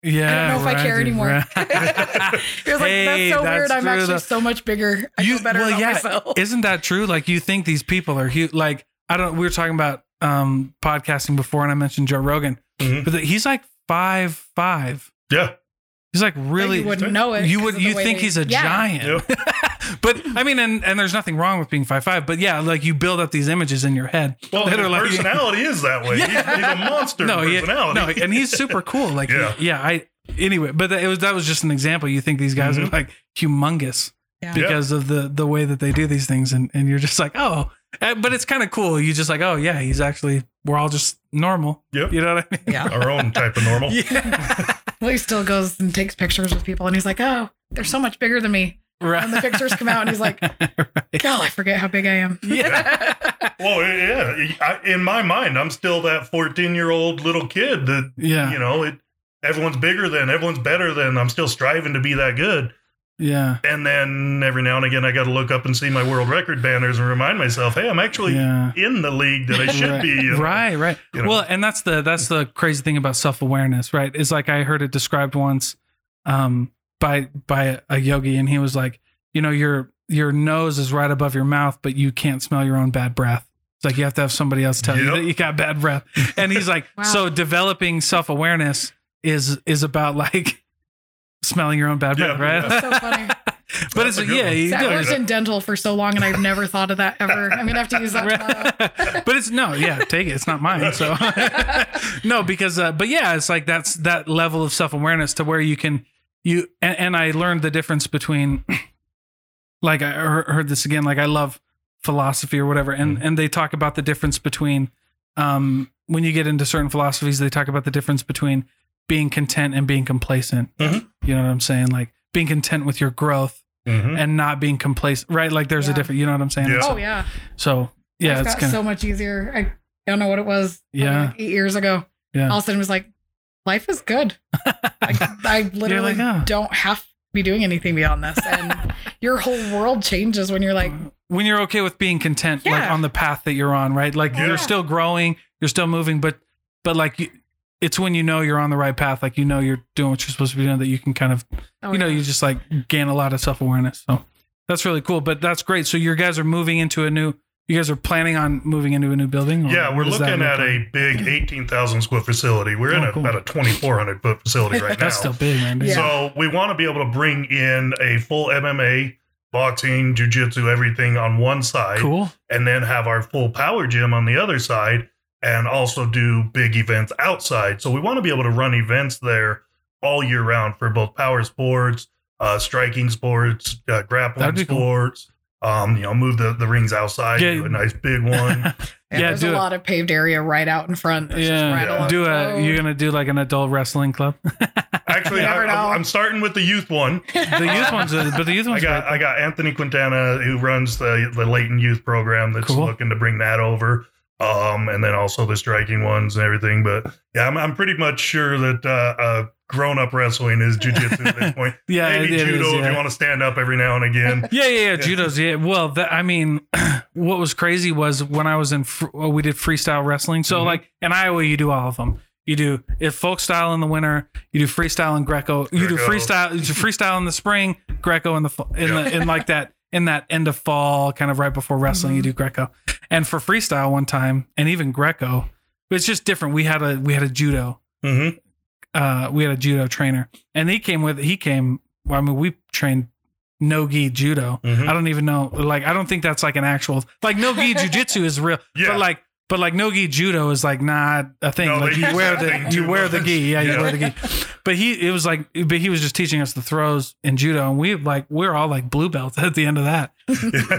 Yeah. know if I care dude, anymore. right. he was like, Hey, that's so that's weird. I'm true, actually though. so much bigger. I You- feel better well, about yeah. myself. Isn't that true? Like you think these people are huge. Like I don't. We were talking about um podcasting before, and I mentioned Joe Rogan, Mhm. but he's like five five. Yeah. He's like But really. you wouldn't know it. you 'cause would of the you way think they- he's a Yeah. giant but i mean and, and there's nothing wrong with being five five but yeah like you build up these images in your head Well, that his are like- personality is that way. He's, he's a monster no, he- personality. no and he's super cool like yeah, Yeah. i anyway but that, it was that was just an example you think these guys Mm-hmm. are like humongous Yeah. because of the the way that they do these things and and you're just like oh Uh, but it's kind of cool you just like oh yeah he's actually we're all just normal Yep. you know what i mean Yeah. Our own type of normal. yeah Well, he still goes and takes pictures with people and he's like, oh, they're so much bigger than me. right And the pictures come out and he's like, God, I forget how big I am. yeah Well, yeah. I, in my mind, I'm still that 14 year old little kid that yeah you know it. Everyone's bigger than everyone's better than. I'm still striving to be that good. yeah And then every now and again, I got to look up and see my world record banners and remind myself, hey, I'm actually yeah in the league that I should right. be. you know? right right You know. well and that's the that's the crazy thing about self-awareness right is like i heard it described once um by by a yogi and he was like you know your your nose is right above your mouth but you can't smell your own bad breath it's like you have to have somebody else tell you Yep. that you got bad breath and he's like Wow. so developing self-awareness is is about like smelling your own bad Yeah, breath right That's so funny. but That's it's a good yeah one. you I do it. worked in dental for so long and I've never thought of that ever. I'm going to have to use that tomorrow. but it's no, yeah, take it. It's not mine. So no, because uh, but yeah, it's like that's that level of self awareness to where you can you and, and I learned the difference between like I heard heard this again. Like I love philosophy or whatever, and and they talk about the difference between um when you get into certain philosophies, they talk about the difference between being content and being complacent. Mhm. You know what I'm saying? Like being content with your growth Mhm. and not being complacent, right? Like there's a Yeah. different, you know what I'm saying? Yeah. So, Oh, yeah. so yeah, Life it's got kind of so much easier. I don't know what it was. probably Yeah. like eight years ago. Yeah. All of a sudden, it was like life is good. Like, I literally like, "Oh." don't have to be doing anything beyond this, and your whole world changes when you're like, when you're okay with being content like Yeah. on the path that you're on right like Yeah. you're still growing you're still moving but but like you, it's when you know you're on the right path like you know you're doing what you're supposed to be doing that you can kind of oh, you know yeah. you just like gain a lot of self-awareness so that's really cool but that's great so your guys are moving into a new you guys are planning on moving into a new building or Yeah, we're Oh, what does looking that at look a like? big 18,000 square facility. We're in Oh, a, cool. about a 2,400 foot facility right now. that's still big man dude. Yeah. So we want to be able to bring in a full MMA, boxing, jujitsu, everything on one side, cool and then have our full power gym on the other side, and also do big events outside. So we want to be able to run events there all year round for both power sports, uh, striking sports, uh, That'd grappling be cool. sports. Um, you know, move the, the rings outside, Yeah. do a nice big one. And yeah, there's do a it. lot of paved area right out in front. It's just right yeah along do the a road. you're gonna do like an adult wrestling club Actually, Never know. I, I'm starting with the youth one. the youth ones are- but the youth I ones got are I got Anthony Quintana who runs the the Leighton Youth Program that's Cool. looking to bring that over. Um, and then also the striking ones and everything. But yeah, I'm, I'm pretty much sure that uh, uh, grown up wrestling is jujitsu at this point. yeah Maybe it- it is, judo if yeah. you want to stand up every now and again. yeah, yeah, yeah, judo's. Yeah, well, that, I mean, what was crazy was when I was in, fr- well, we did freestyle wrestling. So Mhm. like in Iowa, you do all of them. You do if folk style in the winter, you do freestyle and Greco. You do Greco. freestyle, you do freestyle in the spring, Greco in the fu- in Yeah. the in like that in that end of fall, kind of right before wrestling, Mm-hmm. you do Greco. And for freestyle, one time, and even Greco, it's just different. We had a we had a judo hmm uh, we had a judo trainer, and he came with he came. Well, I mean, we trained no gi judo. Mhm. I don't even know. Like, I don't think that's like an actual like no gi jujitsu is real. Yeah. But like, but like no gi judo is like not a thing. No, like they you use wear that the thing you too wear the much. gi. Yeah, you Yeah. wear the gi. But he it was like, but he was just teaching us the throws in judo, and we like we are all like blue belts at the end of that.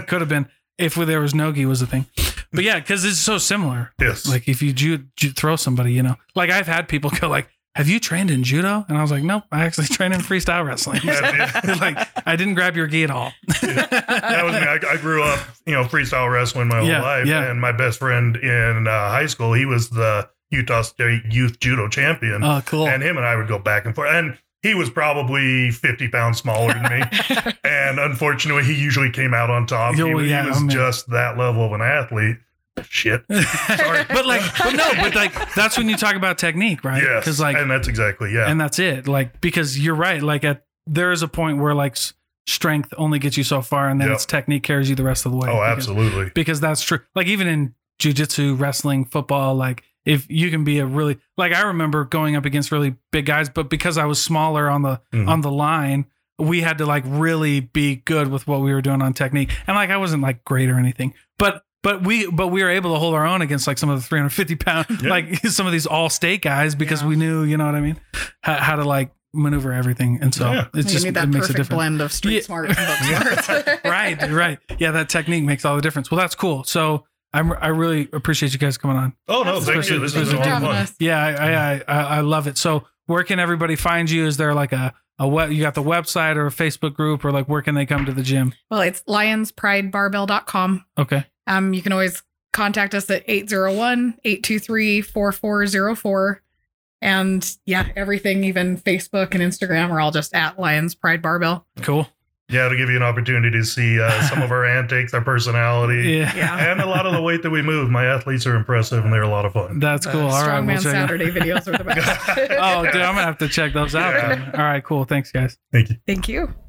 Could have been. if there was no gi was a thing. But yeah, because it's so similar. Yes. Like if you ju- ju- throw somebody, you know, like I've had people go like, "Have you trained in judo?" And I was like, "Nope, I actually trained in freestyle wrestling." That- yeah. like I didn't grab your gi at all. that was me. I, I grew up, you know, freestyle wrestling my whole Yeah, life. yeah. And my best friend in uh, high school, he was the Utah State Youth Judo Champion. Oh, cool. And him and I would go back and forth. And he was probably 50 pounds smaller than me. and unfortunately, he usually came out on top. Yeah, he, well, he Oh, yeah, was I mean- just that level of an athlete. Shit. Sorry. but like, but no, but like that's when you talk about technique, right? Yes. Because like, and that's exactly, yeah. and that's it. Like because you're right. Like at there is a point where like s- strength only gets you so far, and then Yep. it's technique carries you the rest of the way. oh, Because- absolutely. because that's true. Like even in jujitsu, wrestling, football, like if you can be a really like I remember going up against really big guys, but because I was smaller on the Mhm. on the line, we had to like really be good with what we were doing on technique. And like I wasn't like great or anything, but but we but we were able to hold our own against like some of the 350 pound Yeah. like some of these all state guys because Yeah. we knew you know what I mean how, how to like maneuver everything, and so Yeah. it's you just need it that makes a perfect difference blend of street Yeah. smart and book smart. right, right. Yeah, that technique makes all the difference. Well, that's cool. So I'm I really appreciate you guys coming on. Oh, no, thank you. This is Especially- a especially lot of having fun. us. Yeah, I I, I I love it. So where can everybody find you? Is there like a a what you got the website or a Facebook group or like where can they come to the gym? Well, it's lionspridebarrel.com. Okay. Um, you can always contact us at 801-823-4404. And yeah, everything, even Facebook and Instagram are all just at Lions Pride Barbell. Cool. Yeah, it'll give you an opportunity to see uh, some of our antics, our personality, Yeah. Yeah. and a lot of the weight that we move. My athletes are impressive and they're a lot of fun. That's The cool. All right. Strongman We'll check it out. Saturday videos are the best. Oh, dude, I'm gonna have to check those out. Yeah. then. All right, cool. Thanks, guys. Thank you. Thank you.